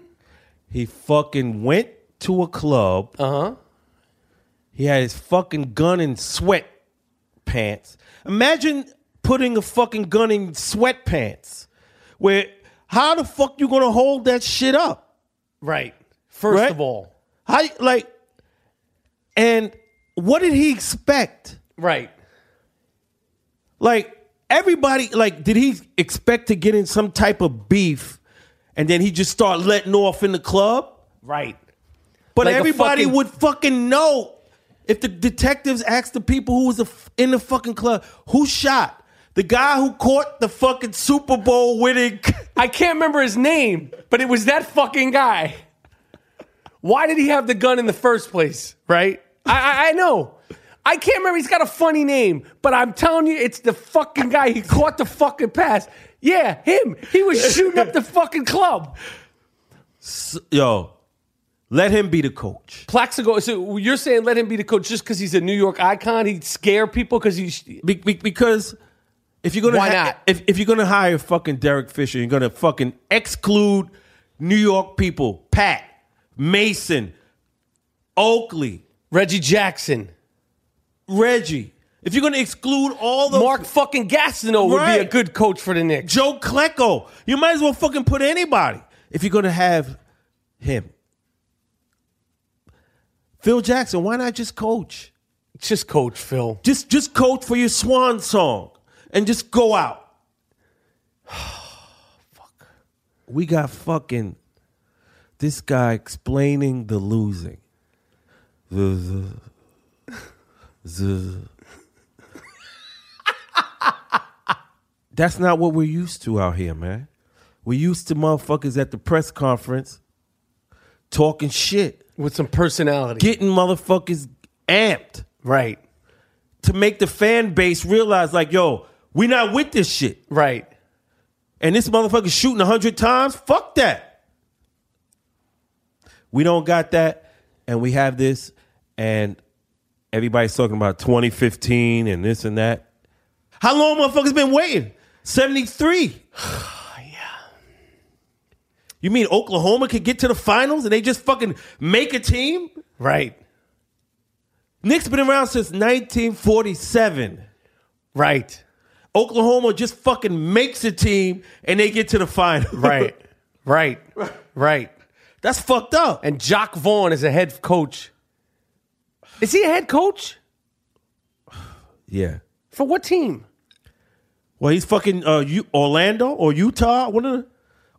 He fucking went to a club. Uh-huh. He had his fucking gun in sweat pants. Imagine putting a fucking gun in sweatpants. Where how the fuck you gonna hold that shit up? right. First Right. of all, How like and what did he expect? right. Like everybody like did he expect to get in some type of beef and then he just start letting off in the club? Right. But Like a everybody fucking- would fucking know if the detectives asked the people who was the f- in the fucking club who shot the guy who caught the fucking Super Bowl winning I can't remember his name, but it was that fucking guy. Why did he have the gun in the first place? Right? I, I, I know. I can't remember. He's got a funny name, but I'm telling you, it's the fucking guy. He caught the fucking pass. Yeah, him. He was shooting up the fucking club. yo let him be the coach Plaxico. So you're saying let him be the coach just because he's a New York icon? He'd scare people because he's Be- be- because if you're gonna Why hi- not? If, if you're gonna hire fucking Derek Fisher, you're gonna fucking exclude New York people, Pat, Mason, Oakley, Reggie Jackson. Reggie. If you're gonna exclude all those Mark fucking Gastineau would be a Right. good coach for the Knicks. Joe Klecko, you might as well fucking put anybody. If you're gonna have him, Phil Jackson, why not just coach? Just coach, Phil. Just just coach for your swan song and just go out. Fuck. We got fucking this guy explaining the losing. The, the, the. That's not what we're used to out here, man. We're used to motherfuckers at the press conference talking shit with some personality, getting motherfuckers amped, right? To make the fan base realize, like, yo, we not with this shit, right? And this motherfucker shooting hundred times, fuck that. We don't got that, and we have this, and everybody's talking about 2015 and this and that. How long motherfuckers been waiting? 73. You mean Oklahoma could get to the finals and they just fucking make a team? Right. Nick's been around since 1947. Right. Oklahoma just fucking makes a team and they get to the finals. Right. Right. right. That's fucked up. And Jock Vaughn is a head coach. Is he a head coach? Yeah. For what team? Well, he's fucking uh, you, Orlando or Utah. One of the.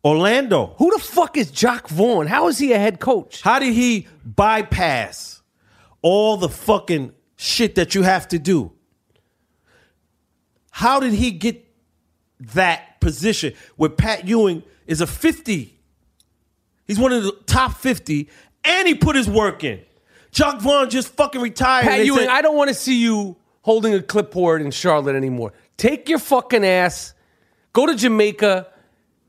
Orlando. Who the fuck is Jock Vaughn? How is he a head coach? How did he bypass all the fucking shit that you have to do? How did he get that position where Pat Ewing is a 50? He's one of the top 50, and he put his work in. Jock Vaughn just fucking retired. Pat They Ewing, said- I don't want to see you holding a clipboard in Charlotte anymore. Take your fucking ass, go to Jamaica.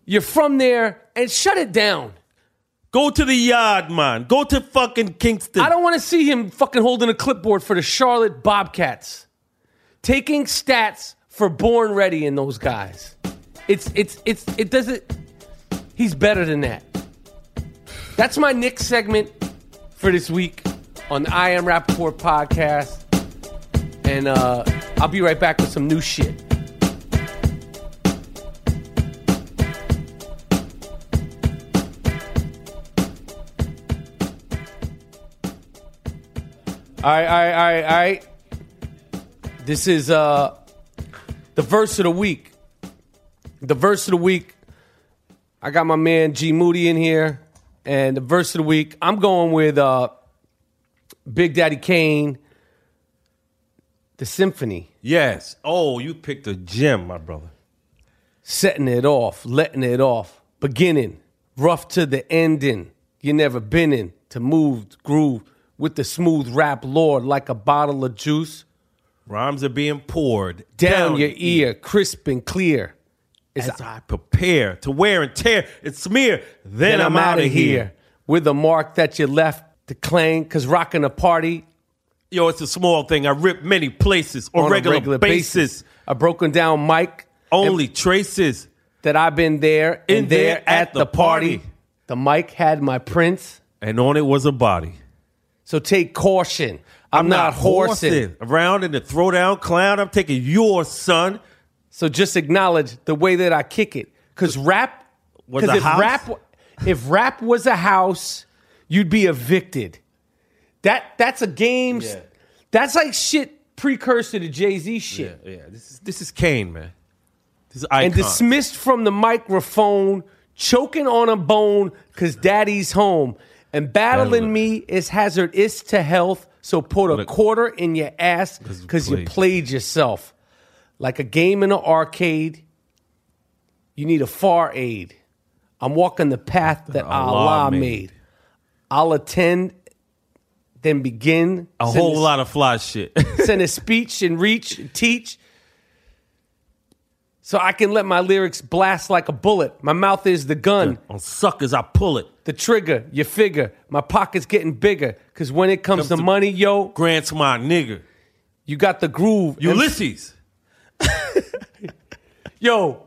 You're from there, and shut it down. Go to the yard, man. Go to fucking Kingston. I don't want to see him fucking holding a clipboard for the Charlotte Bobcats, taking stats for Born Ready and those guys. It's it's it's it doesn't. He's better than that. That's my Nick segment for this week on the I Am Rappaport podcast, and uh, I'll be right back with some new shit. All right, all right, all right, all right. This is uh the verse of the week. The verse of the week. I got my man G Moody in here, and the verse of the week. I'm going with uh Big Daddy Kane. The symphony, Yes. Oh, you picked a gem, my brother. setting it off, letting it off, beginning, rough to the ending. You never been in to move groove with the smooth rap lord like a bottle of juice. Rhymes are being poured down, your ear, crisp and clear. as I prepare to wear and tear and smear. Then, I'm, out of here. with a mark that you left to claim. Cause rocking a party Yo, it's a small thing. I rip many places on, on regular, a regular basis. a broken down mic Only traces. that I've been there In and there at, the party. party. The mic had my prints, And on it was a body. so take caution. I'm, not, horsing. Around in the throwdown clown, I'm taking your son. So just acknowledge the way that I kick it. Cause rap Was 'cause a if house? rap if rap was a house, you'd be evicted. That that's a game. Yeah. That's like shit precursor to Jay-Z shit. yeah. This is this is Kane, man. This is icon. and dismissed from the microphone, choking on a bone because daddy's home. And battling Battling. me is hazardous to health, so put a Look. quarter in your ass you because you played. played yourself. Like a game in an arcade, you need a far aid. I'm walking the path that Allah, Allah made. made. I'll attend, then begin. a Send whole this- lot of fly shit. send a speech and reach and teach so i can let my lyrics blast like a bullet my mouth is the gun on suckers, I pull it. the trigger your figure my pocket's getting bigger because when it comes, Comes to, to- money yo Grant's my nigga. you got the groove And- Ulysses. yo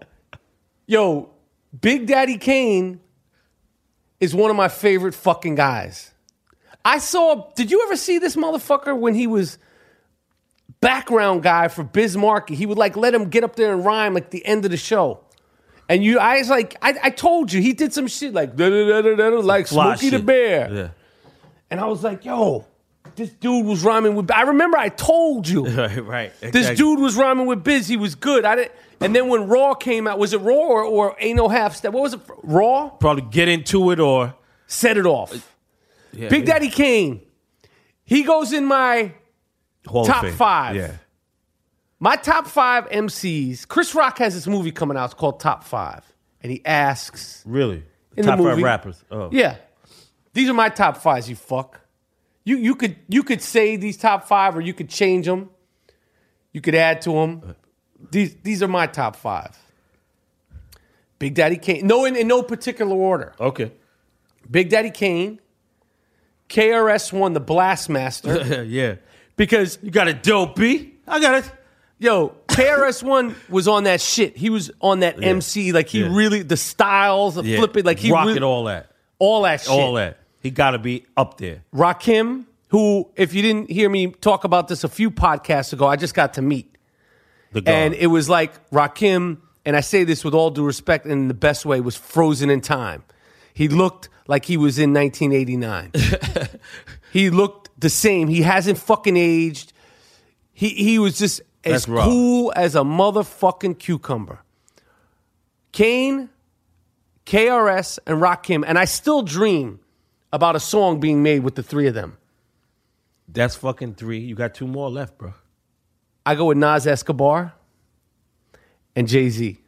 yo big daddy kane is one of my favorite fucking guys i saw did you ever see this motherfucker when he was background guy for Biz Markie. He would like let him get up there and rhyme like the end of the show. And you, I was like, I, I told you, he did some shit like da da da da da, like Fly Smokey the shit. Bear. Yeah. And I was like, yo, this dude was rhyming with. I remember I told you. right, right. This dude was rhyming with Biz. He was good. I didn't. And then when Raw came out, was it Raw or, or Ain't No Half Step? What was it? Raw probably get into it or set it off. Big Daddy Kane. He goes in my Hall of top Fame. five. Yeah. My top five MCs. Chris Rock has this movie coming out. It's called Top Five, and he asks Really? in Top the movie, five rappers. Oh. Yeah, these are my top fives. You fuck. You you could you could say these top five, or you could change them. You could add to them. These these are my top five. Big Daddy Kane. No, in, in no particular order. Okay. Big Daddy Kane, KRS One, the Blastmaster. yeah. because you got it, dopey. I got it. Yo, KRS One was on that shit. He was on that MC. Like he Yeah. really the styles, the Yeah. flipping, like he rock really, it all that. all that shit. All that. He got to be up there. Rakim, who, if you didn't hear me talk about this a few podcasts ago, I just got to meet. The god. And it was like Rakim, and I say this with all due respect and in the best way, was frozen in time. He looked like he was in 1989. he looked the same. He hasn't fucking aged. He he was just as That's rough. cool as a motherfucking cucumber. Kane, KRS, and Rakim, and I still dream about a song being made with the three of them. That's fucking three. You got two more left, bro. I go with Nas Escobar and Jay Z.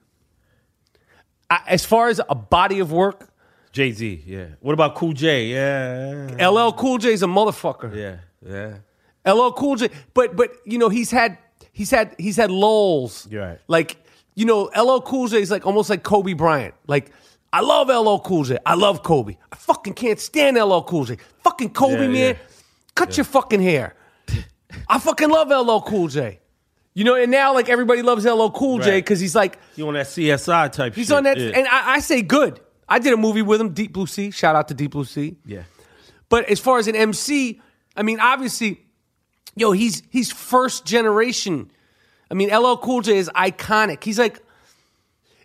As far as a body of work, Jay Z. Yeah. What about Cool J? Yeah. LL Cool J's a motherfucker. Yeah. Yeah. LL Cool J, but but you know he's had he's had he's had lulls. You're right. Like you know LL Cool J is like almost like Kobe Bryant. Like I love LL Cool J. I love Kobe. I fucking can't stand LL Cool J. Fucking Kobe Yeah, man, yeah. cut your fucking hair. I fucking love LL Cool J. You know, and now like everybody loves LL Cool J Right. because he's like You on that CSI type He's shit. on that, Yeah. and I, I say good. I did a movie with him, Deep Blue Sea. Shout out to Deep Blue Sea. yeah. But as far as an MC, I mean, obviously, yo, he's he's first generation. I mean, LL Cool J is iconic. He's like,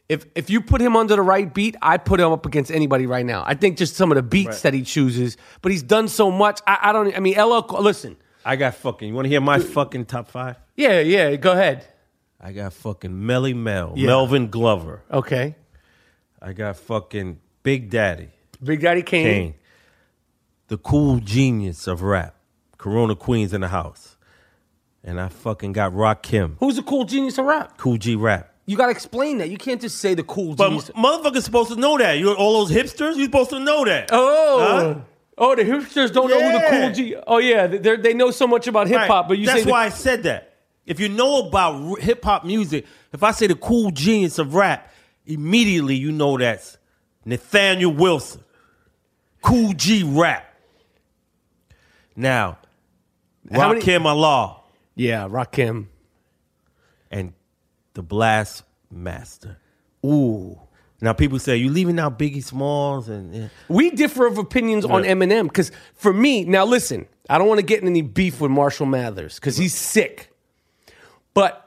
if if you put him under the right beat, I put him up against anybody right now. I think just some of the beats Right. that he chooses, but he's done so much. I, I don't. I mean, LL. Co- Listen, I got fucking. You want to hear my fucking top five? yeah, yeah. Go ahead. I got fucking Melly Mel, Yeah. Melvin Glover. Okay, I got fucking Big Daddy Big Daddy Kane. Kane, the cool genius of rap. Corona Queens in the house, and I fucking got Rakim, Who's a cool genius of rap? Cool G Rap. You gotta explain that. You can't just say the cool But genius. motherfuckers supposed to know that. You all those hipsters, you supposed to know that. Oh. Huh? Oh, the hipsters don't know who the cool Yeah. G. Oh yeah, they they know so much about hip Right. hop, but you that's say the- why I said that. If you know about hip hop music, if I say the cool genius of rap, immediately you know that's Nathaniel Wilson, Cool G Rap. Now, How many- Rakim Allah yeah, Rakim. and the Blast Master. Ooh, Now people say you leaving out Biggie Smalls and yeah. we differ of opinions on Yeah. Eminem because for me now, listen, I don't want to get in any beef with Marshall Mathers because he's sick, but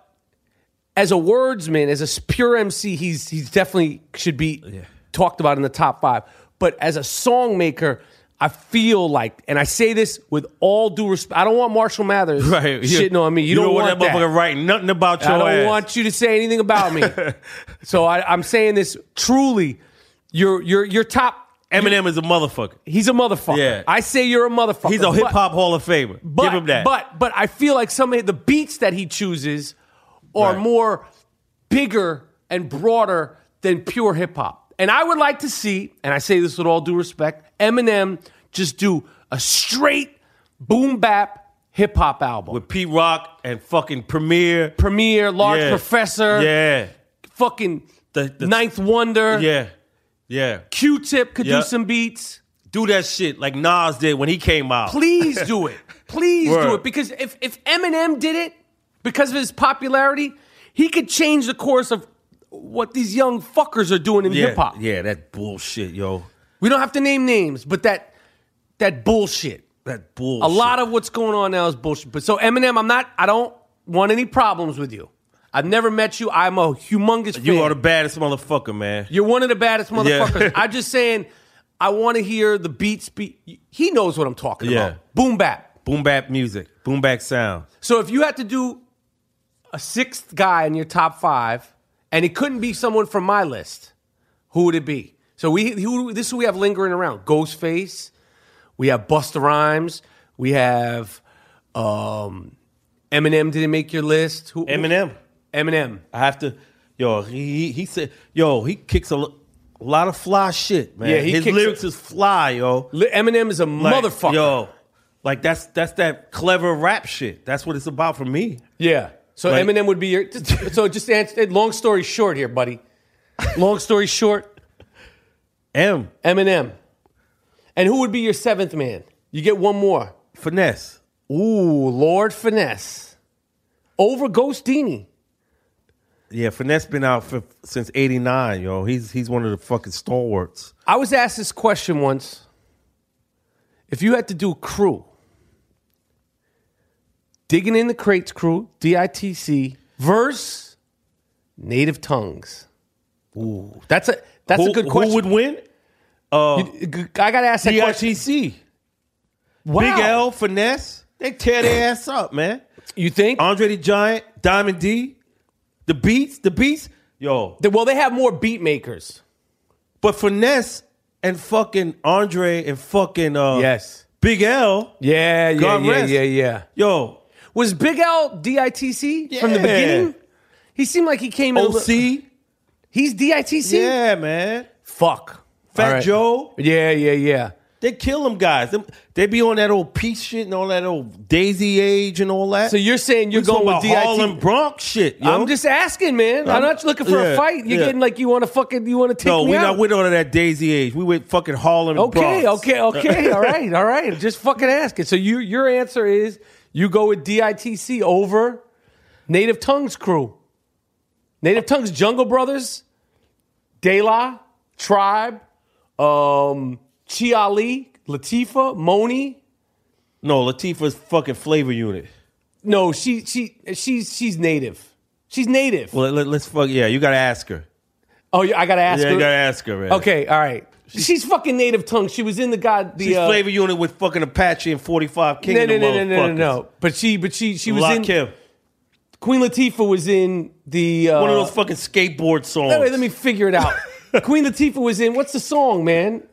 as a wordsman, as a s- pure MC, he's he's definitely should be talked about in the top five. But as a song maker. I feel like, and I say this with all due respect. I don't want Marshall Mathers Right, you- shitting on me. You, don't, want that motherfucker that. writing nothing about your I don't ass. want you to say anything about me. so I, I'm saying this truly. You're you're you're top. Eminem is a motherfucker. He's a motherfucker. Yeah. I say you're a motherfucker. He's a but- hip hop Hall of Famer. But, Give him that. But but I feel like some of the beats that he chooses are Right. more bigger and broader than pure hip hop. And I would like to see, and I say this with all due respect, Eminem just do a straight boom bap hip hop album. with P Rock and fucking Premier. Premier, Large Yeah. Professor, Yeah. fucking The- the- Ninth Wonder. Yeah. Yeah. Q Tip could Yeah. do some beats. Do that shit like Nas did when he came out. Please do it. Please do Word. it. Because if, if Eminem did it because of his popularity, he could change the course of what these young fuckers are doing in Yeah. hip hop. Yeah, that bullshit, yo. We don't have to name names, but that that bullshit. That bullshit. A lot of what's going on now is bullshit. But so Eminem, I'm not I don't want any problems with you. I've never met you. I'm a humongous fan. You are the baddest motherfucker, man. You're one of the baddest motherfuckers. Yeah. I'm just saying, I want to hear the beats. Be- he knows what I'm talking Yeah. about. Boom bap. Boom bap music, boom bap sound. So if you had to do a sixth guy in your top five, and it couldn't be someone from my list, who would it be? So we who this is who we have lingering around: Ghostface, we have Busta Rhymes, we have um, Eminem. Didn't make your list. Who, Eminem. Eminem. I have to. Yo, he he said, yo, he kicks a, lo- a lot of fly shit, man. Yeah, he his kicks- lyrics is fly, yo. Eminem is a motherfucker. yo. Like that's that's that clever rap shit. That's what it's about for me. Yeah. So Like- Eminem would be your. So just to answer. Long story short, here, buddy. Long story short, M Eminem. And who would be your seventh man? You get one more. finesse. Ooh, Lord Finesse. Over Ghost Dini. Yeah, finesse been out for, since '89, yo. He's he's one of the fucking stalwarts. I was asked this question once. If you had to do crew, digging in the crates crew, DITC, verse native tongues. Ooh, that's a that's Who- a good question. Who would win? Uh, You- I got to ask that question. DITC. Big L, finesse. They tear their ass up, man. You think? Andre the Giant, Diamond D, the Beats, the Beats, yo. Th- Well, they have more beat makers. But finesse and fucking Andre and fucking uh, Yes. Big L, Yeah, yeah, God yeah, rest. yeah, yeah. yo. Was Big L DITC from the Yeah. beginning? He seemed like he came in. a OC, li- he's DITC. yeah, man. Fuck. Fat All right. Joe, Yeah, yeah, yeah. they kill them guys. Them- They be on that old peace shit and all that old Daisy Age and all that. So you're saying you're We going talking with about Harlem DIT? Bronx shit? Yo. I'm just asking, man. I'm, I'm- not looking for a yeah, fight. You're yeah. getting like you want to fucking you want to take no. me We out. not with all of that Daisy Age. We with fucking Harlem. and okay, Bronx. okay, oh. okay. all right, all right. Just fucking ask it. So you your answer is you go with DITC over Native Tongues crew, Native Tongues Jungle Brothers, De La Tribe, um, Chi Ali, Latifa, Moni. No, Latifah's fucking flavor unit. No, she she she's she's Native. She's Native. Well, let, us fuck. Yeah, you gotta ask her. oh, yeah, I gotta ask yeah, her. you gotta ask her, man. Okay, all right. She's fucking native tongue. She was in the god the She's uh, flavor unit with fucking Apache and 45 King No, of no, the no, no, no, no, motherfuckers. no. But she, but she, she was Lock in. him. Queen Latifah was in the. Uh, One of those fucking skateboard songs. Wait, wait, let me figure it out. Queen Latifah was in. What's the song, man?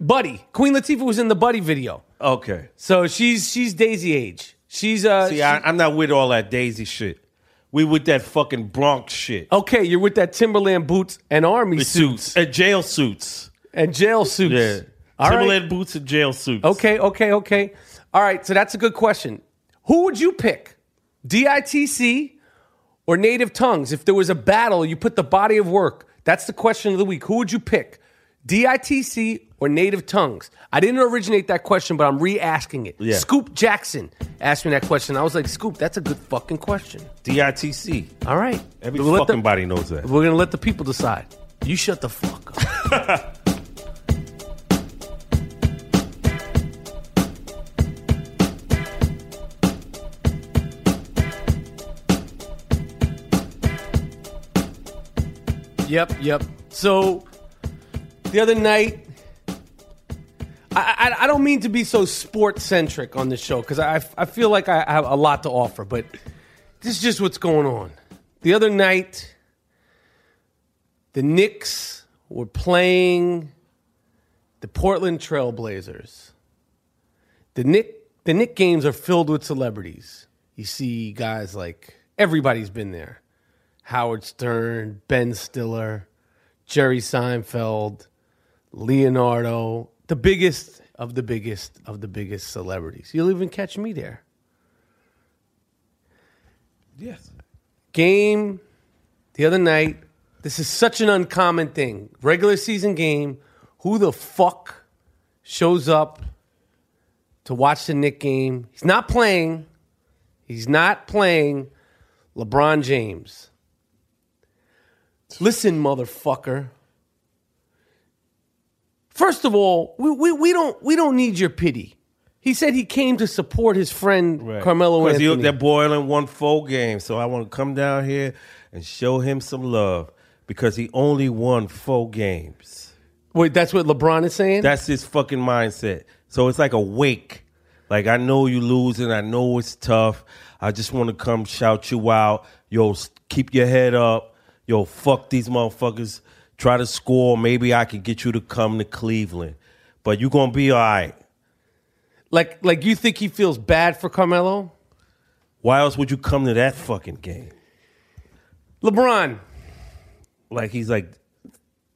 Buddy. Queen Latifah was in the Buddy video. Okay. So she's she's Daisy age. She's uh. See, she- I, I'm not with all that Daisy shit. We with that fucking Bronx shit. okay, you're with that Timberland boots and army The suits, Uh, jail suits. and jail suits. Yeah. All right. Timberland boots and jail suits. Okay, okay, okay. All right, so that's a good question. Who would you pick? DITC or Native Tongues? If there was a battle, you put the body of work. That's the question of the week. Who would you pick? DITC or Native Tongues? I didn't originate that question, but I'm re asking it. Yeah. Scoop Jackson asked me that question. I was like, Scoop, that's a good fucking question. DITC. All right. Every We'll let fucking the- body knows that. We're going to let the people decide. You shut the fuck up. Yep, yep. So the other night, I, I, I don't mean to be so sport centric on this show because I, I feel like I have a lot to offer, but this is just what's going on. The other night, the Knicks were playing the Portland Trailblazers. The Nick the Nick games are filled with celebrities. You see guys like everybody's been there. Howard Stern, Ben Stiller, Jerry Seinfeld, Leonardo, the biggest of the biggest of the biggest celebrities. You'll even catch me there. Yes. game the other night. This is such an uncommon thing. Regular season game. Who the fuck shows up to watch the Nick game? He's not playing. He's not playing LeBron James. Listen, motherfucker. First of all, we, we, we don't we don't need your pity. He said he came to support his friend Carmelo Because Anthony. you- they're boiling one full game, so I want to come down here and show him some love because he only won four games. Wait, that's what LeBron is saying? That's his fucking mindset. So it's like a wake. Like I know you losing, I know it's tough. I just want to come shout you out. Yo, s- keep your head up. Yo, fuck these motherfuckers. Try to score. Maybe I can get you to come to Cleveland, but you gonna be all right. Like, like you think he feels bad for Carmelo? Why else would you come to that fucking game? LeBron, Like he's like,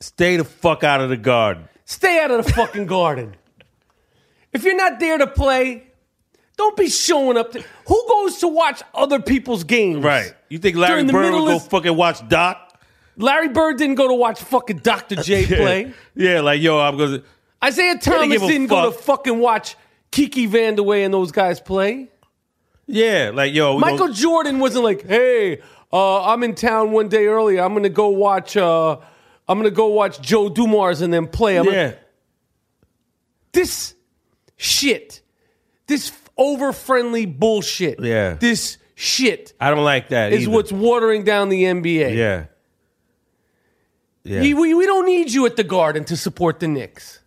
stay the fuck out of the garden. stay out of the fucking garden. If you're not there to play, don't be showing up. To, who goes to watch other people's games? Right. You think Larry During the Bird would middle go is- fucking watch Doc? Larry Bird didn't go to watch fucking Dr. J play. Yeah, like yo, I'm gonna. Isaiah Thomas give a didn't go to fuck. fucking watch Kiki Vandaway and those guys play. Yeah, like yo, we Michael gonna- Jordan wasn't like, "Hey, uh, I'm in town one day early. I'm gonna go watch. Uh, I'm gonna go watch Joe Dumars and then play." I'm yeah. like, this shit, this over friendly bullshit. Yeah. this shit I don't like that. is either. what's watering down the NBA. Yeah. Yeah. He- we, we don't need you at the Garden to support the Knicks.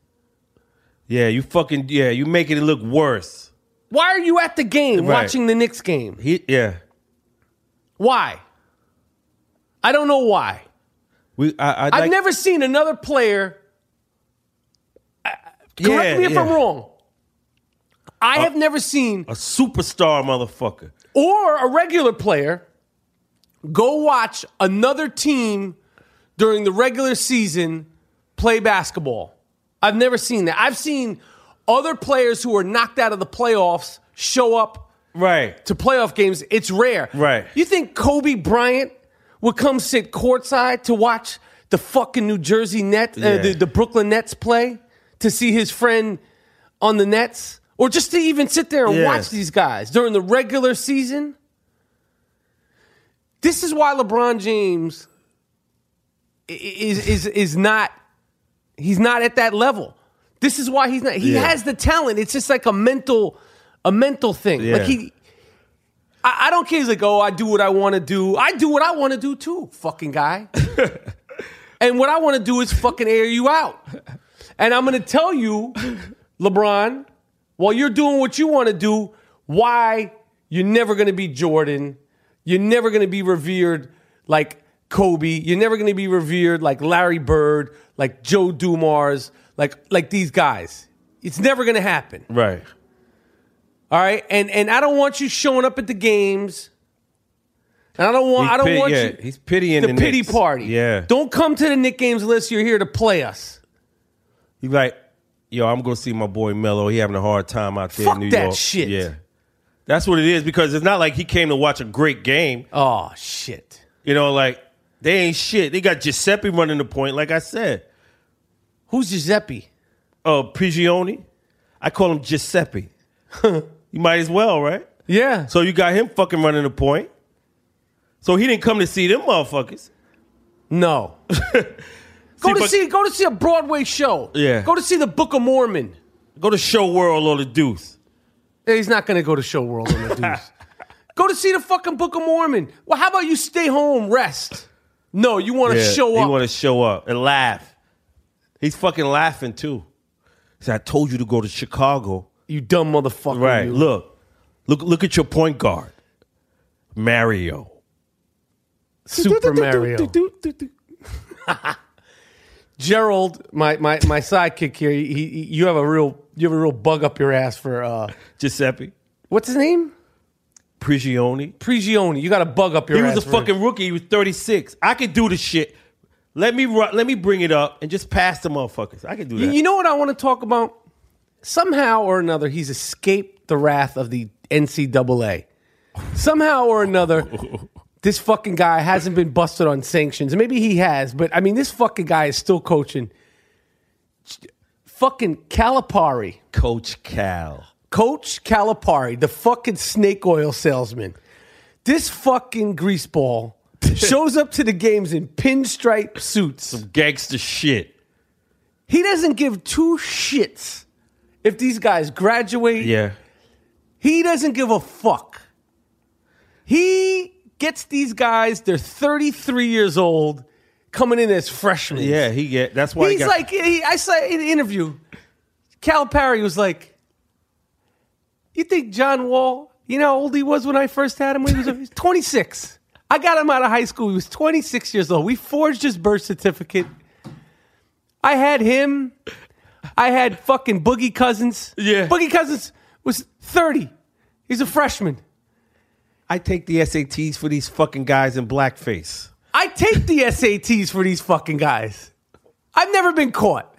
yeah, you fucking yeah, you making it look worse. Why are you at the game Right. watching the Knicks game? He yeah. Why? I don't know why. We I I'd I've like- never seen another player. yeah, Correct me if yeah. Uh, I'm wrong. I have never seen A superstar motherfucker. or a regular player go watch another team during the regular season play basketball. I've never seen that. I've seen other players who are knocked out of the playoffs show up Right. to playoff games. It's rare. Right. You think Kobe Bryant would come sit courtside to watch the fucking New Jersey Nets, uh, Yeah. the, the Brooklyn Nets play, to see his friend on the Nets, or just to even sit there and Yeah. watch these guys during the regular season? This is why LeBron James i- is is is not he's not at that level. This is why he's not. He Yeah. has the talent. It's just like a mental a mental thing. Like Yeah. he I, I don't care. He's like, oh, I do what I want to do. I do what I want to do too, fucking guy. and what I want to do is fucking air you out. And I'm gonna tell you, LeBron, while you're doing what you want to do, why you're never gonna be Jordan. You're never gonna be revered like Kobe. You're never gonna be revered like Larry Bird, like Joe Dumars, like like these guys. It's never gonna happen. Right. All right, and and I don't want you showing up at the games. And I don't want He's I don't pit- want yeah, you. he's pitying the, the pity Knicks. party. Yeah. don't come to the Nick games unless you're here to play us. He like, yo, I'm gonna see my boy Mello. He having a hard time out there Fuck in New that York. shit. Yeah. That's what it is because it's not like he came to watch a great game. Oh shit! You know, like they ain't shit. They got Giuseppe running the point, like I said. Who's Giuseppe? Uh Prigioni. I call him Giuseppe. you might as well, right? Yeah. So you got him fucking running the point. So he didn't come to see them motherfuckers. No. go See, to but- see go to see a Broadway show. Yeah. Go to see the Book of Mormon. Go to Show World or the Deuce. Yeah, He's not gonna go to Show World on the Deuce. go to see the fucking Book of Mormon. Well, how about you stay home, rest? No, you want to show he up. want to show up and laugh. He's fucking laughing too. He said, "I told you to go to Chicago." you dumb motherfucker. Right. you. Look, look, look at your point guard, Mario. Super Mario. Gerald, my, my, my sidekick here, he, he, you have a real you have a real bug up your ass for uh, Giuseppe what's his name? Prigioni. Prigioni. You got a bug up your He ass. was a for- fucking rookie. He was 36. I could do the shit. Let me run, let me bring it up and just pass the motherfuckers. I can do You, that. you know what I want to talk about? Somehow or another, he's escaped the wrath of the NCAA. Somehow or another, this fucking guy hasn't been busted on sanctions. Maybe he has, but I mean, this fucking guy is still coaching. Fucking Calipari. Coach Cal. Coach Calipari, the fucking snake oil salesman, this fucking greaseball shows up to the games in pinstripe suits. Gangster shit. He doesn't give two shits if these guys graduate. Yeah. He doesn't give a fuck. He gets these guys, they're 33 years old, coming in as freshmen. Yeah, he get that's why He's he got, like, he, I saw in an interview, Calipari was like, You think John Wall, you know how old he was when I first had him? He was, he was 26. I got him out of high school. He was 26 years old. We forged his birth certificate. I had him. I had fucking Boogie Cousins. Yeah. Boogie Cousins was 30. He's a freshman. I take the SATs for these fucking guys in blackface. I take the SATs for these fucking guys. I've never been caught.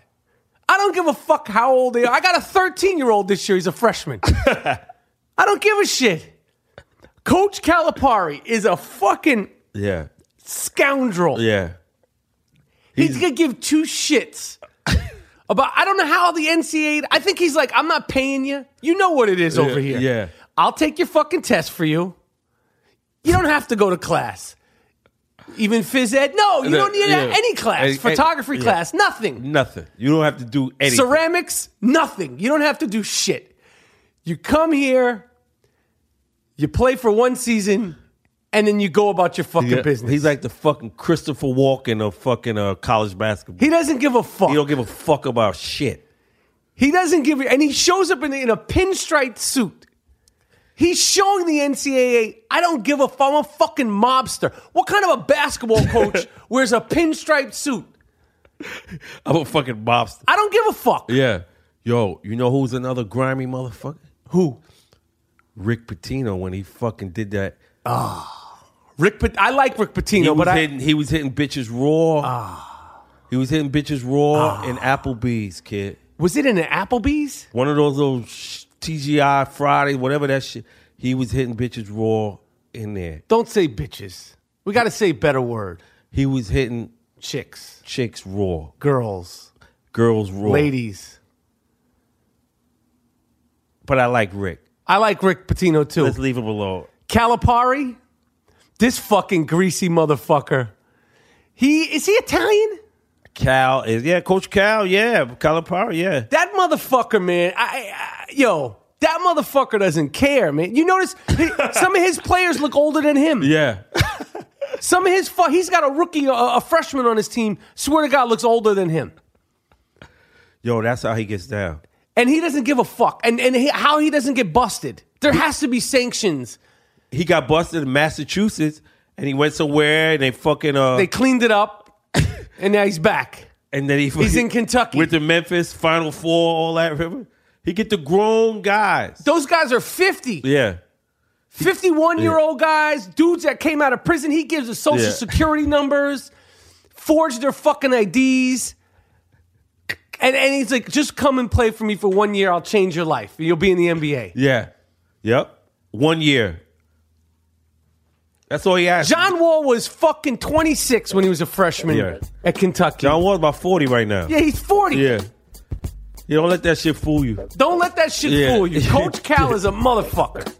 I don't give a fuck how old they are. I got a 13 year old this year. He's a freshman. I don't give a shit. Coach Calipari is a fucking Yeah. scoundrel. Yeah. He's, gonna give two shits about. I don't know how the NCAA. I think he's like, I'm not paying you. You know what it is over here. Yeah. I'll take your fucking test for you. You don't have to go to class. Even phys ed? No, you No, don't need yeah. any class. Any- Photography yeah. class, nothing. Nothing. You don't have to do anything. Ceramics, nothing. You don't have to do shit. You come here, you play for one season, and then you go about your fucking Yeah. business. He's like the fucking Christopher Walken of fucking uh, college basketball. he doesn't give a fuck. He don't give a fuck about shit. He doesn't give you, and he shows up in, in a pinstripe suit. He's showing the NCAA, I don't give a fuck. I'm a fucking mobster. What kind of a basketball coach wears a pinstripe suit? I'm a fucking mobster. I don't give a fuck. Yeah. Yo, you know who's another grimy motherfucker? Who? Rick Pitino when he fucking did that. Rick, Pat- I like Rick Pitino, He was, but I, Ah. hitting, he was hitting bitches raw. He was hitting bitches raw in Applebee's, kid. was it in an Applebee's? One of those little sh- TGI Friday, whatever that shit. He was hitting bitches raw in there. Don't say bitches. We got to say a better word. He was hitting Chicks, chicks raw, girls, girls raw. ladies. But I like Rick. I like Rick Pitino too. Let's leave him alone. Calipari, this fucking greasy motherfucker. He is he Italian? Cal is yeah, Coach Cal, yeah, Calipari, yeah. That motherfucker, man. I, I yo, that motherfucker doesn't care, man. You notice he- some of his players look older than him. Yeah. Some of his fu- he's got a rookie, a, a freshman on his team. Swear to God, looks older than him, Yo, that's how he gets down. and he doesn't give a fuck. And and he, how he doesn't get busted? There has to be sanctions. He got busted in Massachusetts and he went somewhere and they fucking uh They cleaned it up, and now he's back. and then he He's in Kentucky. With the Memphis Final Four, all that remember? He get the grown guys. Those guys are fifty. Yeah. 51 year old guys, dudes that came out of prison. He gives us social Yeah. security numbers, forged their fucking IDs. And, and he's like, just come and play for me for one year. I'll change your life. You'll be in the NBA. Yeah. Yep. One year. That's all he asked. John Wall was fucking 26 when he was a freshman Yeah. at Kentucky. John Wall's about 40 right now. yeah, he's 40. Yeah. You don't let that shit fool you. Don't let that shit Yeah. fool you. Coach Cal is a motherfucker.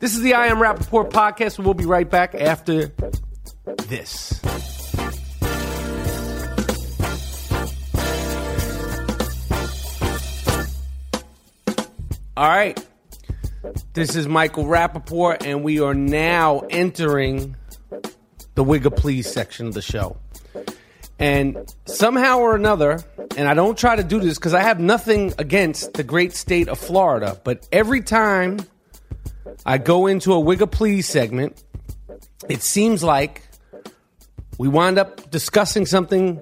This is the I Am Rappaport podcast. We'll be right back after this. All right. This is Michael Rappaport, and we are now entering the Wigga Please section of the show. And somehow or another, and I don't try to do this because I have nothing against the great state of Florida, but every time I go into a Wigga Please segment, it seems like we wind up discussing something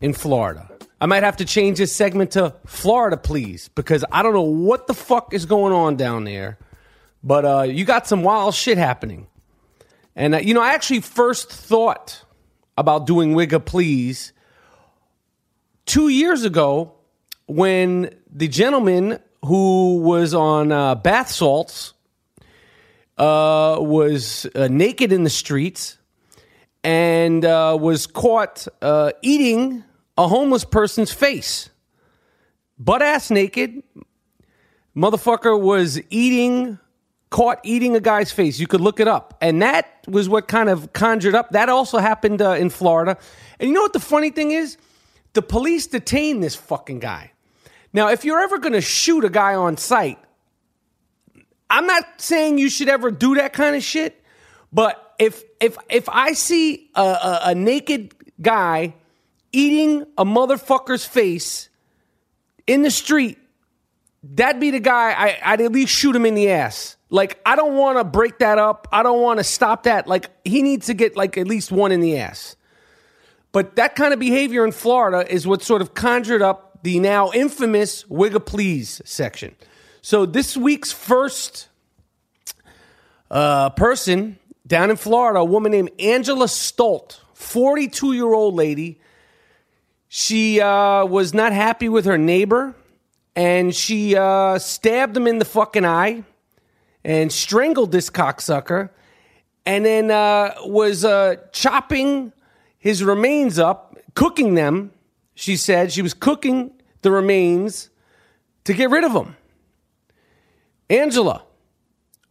in Florida. I might have to change this segment to Florida Please because I don't know what the fuck is going on down there, but uh, you got some wild shit happening. And, uh, you know, I actually first thought about doing Wigga Please two years ago when the gentleman who was on uh, bath salts uh, was uh, naked in the streets and uh, was caught uh, eating a homeless person's face. Butt ass naked. Motherfucker was eating, caught eating a guy's face. You could look it up. And that was what kind of conjured up. That also happened uh, in Florida. And you know what the funny thing is? The police detained this fucking guy. Now, if you're ever going to shoot a guy on sight, I'm not saying you should ever do that kind of shit, but if if if I see a, a, a naked guy eating a motherfucker's face in the street, that'd be the guy I, I'd at least shoot him in the ass. Like, I don't want to break that up. I don't want to stop that. Like, he needs to get like at least one in the ass. But that kind of behavior in Florida is what sort of conjured up the now infamous Wig a Please section. So this week's first uh, person down in Florida, a woman named Angela Stolt, 42 year old lady. She uh, was not happy with her neighbor and she uh, stabbed him in the fucking eye and strangled this cocksucker and then uh, was uh, chopping his remains up, cooking them. She said she was cooking the remains to get rid of them. Angela,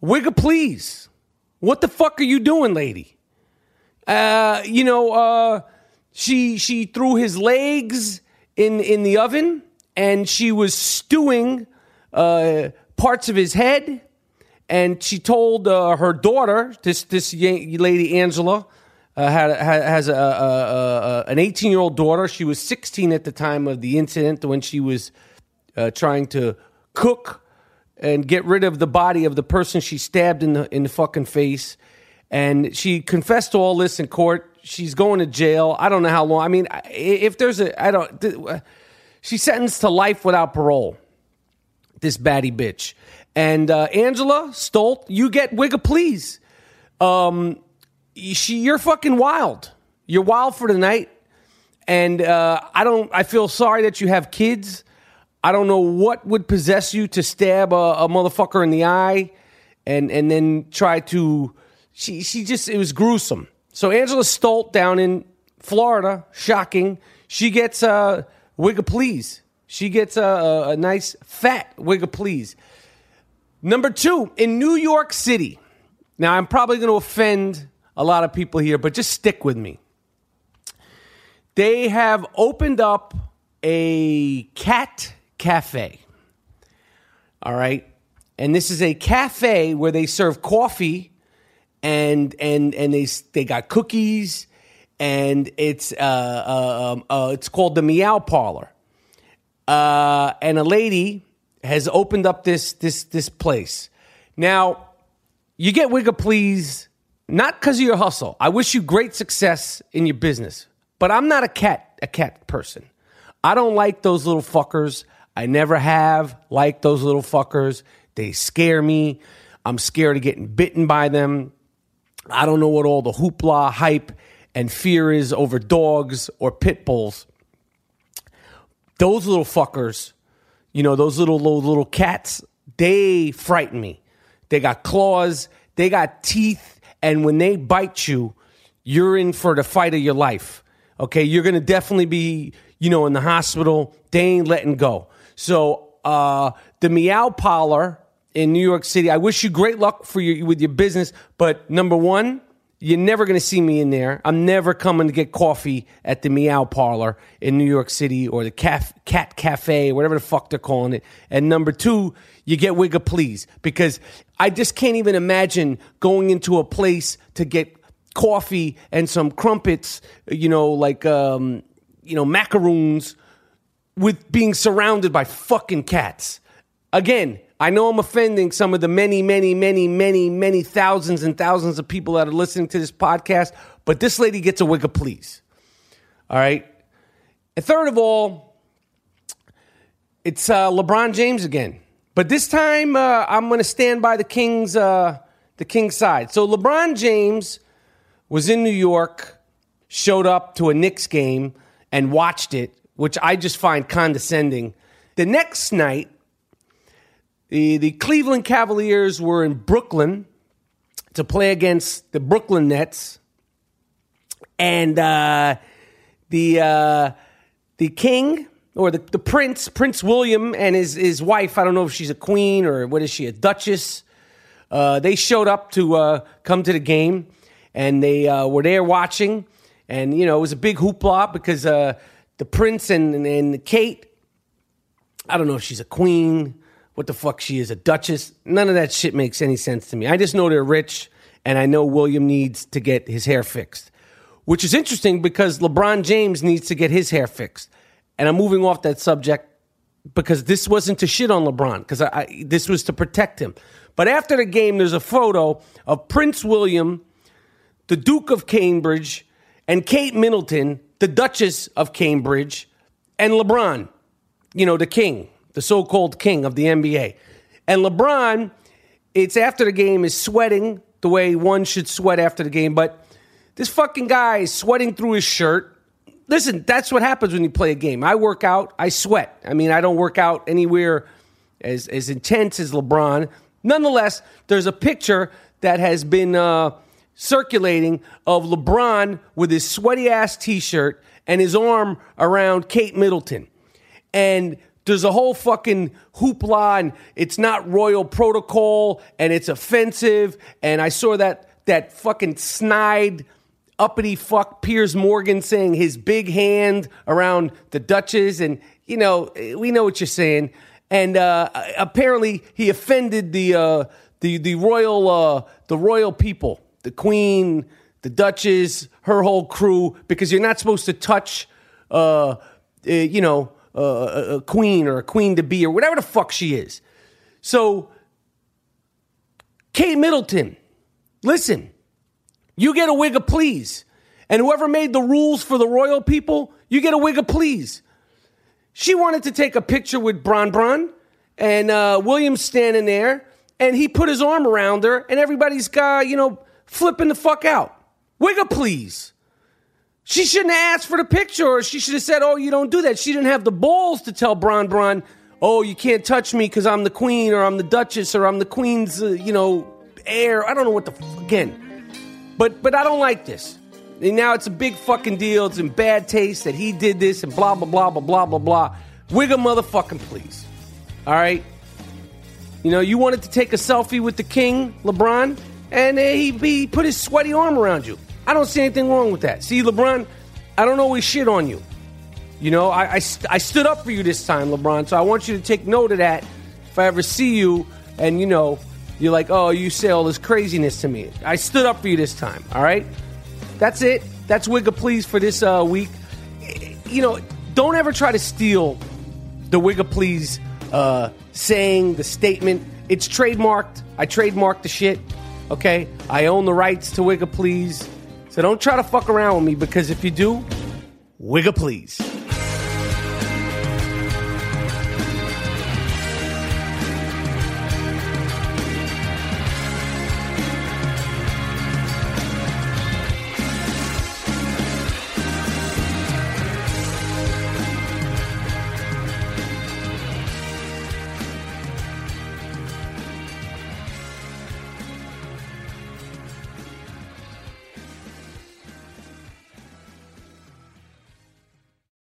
Wigga, please. What the fuck are you doing, lady? Uh, you know, uh, she she threw his legs in in the oven, and she was stewing uh, parts of his head. And she told uh, her daughter, this this ya- lady Angela, uh, had, ha- has a, a, a, a an 18 year old daughter. She was 16 at the time of the incident when she was uh, trying to cook and get rid of the body of the person she stabbed in the in the fucking face. And she confessed to all this in court. She's going to jail. I don't know how long. I mean, I- if there's a, I don't. th- uh, She's sentenced to life without parole. This baddie bitch. And uh, Angela Stolt, you get wig a please. Um, she, you're fucking wild. You're wild for the night. And uh, I don't. I feel sorry that you have kids. I don't know what would possess you to stab a, a motherfucker in the eye, and and then try to. She she just it was gruesome. So Angela Stolt down in Florida, shocking. She gets a wig a please. She gets a, a, a nice fat wig a please. Number two, in New York City. Now, I'm probably going to offend a lot of people here, but just stick with me. They have opened up a cat cafe. All right. And this is a cafe where they serve coffee and and and they s- they got cookies and it's uh, uh, um, uh it's called the Meow Parlor uh, and a lady has opened up this this this place. Now, you get Wigga Please not because of your hustle. I wish you great success in your business, but I'm not a cat a cat person. I don't like those little fuckers. I never have liked those little fuckers. They scare me. I'm scared of getting bitten by them. I don't know what all the hoopla, hype, and fear is over dogs or pit bulls those little fuckers, you know, those little little, little cats, they frighten me. They got claws, they got teeth, and when they bite you, you're in for the fight of your life. Okay, you're gonna definitely be, you know, in the hospital. They ain't letting go. So uh, the meow parlor in New York City. I wish you great luck for your with your business, but number one, you're never going to see me in there. I'm never coming to get coffee at the Meow Parlor in New York City or the caf- Cat Cafe, whatever the fuck they're calling it. And number two, you get Wigga Please because I just can't even imagine going into a place to get coffee and some crumpets, you know, like, um, you know, macaroons with being surrounded by fucking cats. Again, I know I'm offending some of the many, many, many, many, many thousands and thousands of people that are listening to this podcast, but this lady gets a wig of please. All right. And third of all, it's uh, LeBron James again, but this time uh, I'm going to stand by the Kings, uh, the Kings side. So LeBron James was in New York, showed up to a Knicks game and watched it, which I just find condescending. The next night, the, the Cleveland Cavaliers were in Brooklyn to play against the Brooklyn Nets. And uh, the, uh, the king or the, the prince, Prince William, and his, his wife, I don't know if she's a queen or what is she, a duchess. Uh, they showed up to uh, come to the game and they uh, were there watching. And, you know, it was a big hoopla because uh, the prince and, and, and Kate I don't know if she's a queen, what the fuck she is, a duchess. None of that shit makes any sense to me. I just know they're rich, and I know William needs to get his hair fixed, which is interesting because LeBron James needs to get his hair fixed. And I'm moving off that subject because this wasn't to shit on LeBron because I, I, this was to protect him. But after the game, there's a photo of Prince William, the Duke of Cambridge, and Kate Middleton, the Duchess of Cambridge, and LeBron, you know, the king, the so-called king of the NBA. And LeBron, it's after the game, is sweating the way one should sweat after the game, but this fucking guy is sweating through his shirt. Listen, that's what happens when you play a game. I work out, I sweat. I mean, I don't work out anywhere as as intense as LeBron. Nonetheless, there's a picture that has been uh, circulating of LeBron with his sweaty ass T-shirt and his arm around Kate Middleton, and there's a whole fucking hoopla, and it's not royal protocol, and it's offensive. And I saw that that fucking snide uppity fuck Piers Morgan saying his big hand around the Duchess, and you know we know what you're saying. And uh, apparently he offended the uh, the the royal uh, the royal people, the Queen, the Duchess, her whole crew, because you're not supposed to touch, uh, uh, you know, uh, a, a queen or a queen to be or whatever the fuck she is. So, Kate Middleton, listen. You get a wig of please. And whoever made the rules for the royal people, you get a wig of please. She wanted to take a picture with Bron Bron, and uh, William's standing there, and he put his arm around her, and everybody's got, you know, flipping the fuck out. Wig of please. She shouldn't have asked for the picture, or she should have said, oh, you don't do that. She didn't have the balls to tell Bron Bron, oh, you can't touch me because I'm the queen, or I'm the duchess, or I'm the queen's, uh, you know, heir. I don't know what the, f- again. But but I don't like this. And now it's a big fucking deal. It's in bad taste that he did this and blah blah blah blah blah blah blah. Wig a motherfucking please. All right. You know you wanted to take a selfie with the king, LeBron, and uh, he, he put his sweaty arm around you. I don't see anything wrong with that. See, LeBron, I don't always shit on you. You know, I, I, st- I stood up for you this time, LeBron. So I want you to take note of that if I ever see you and, you know, you're like, oh, you say all this craziness to me. I stood up for you this time, all right? That's it. That's Wigga Please for this uh, week. You know, don't ever try to steal the Wigga Please uh, saying, the statement. It's trademarked. I trademarked the shit, okay? I own the rights to Wigga Please. So don't try to fuck around with me because if you do, Wigga Please.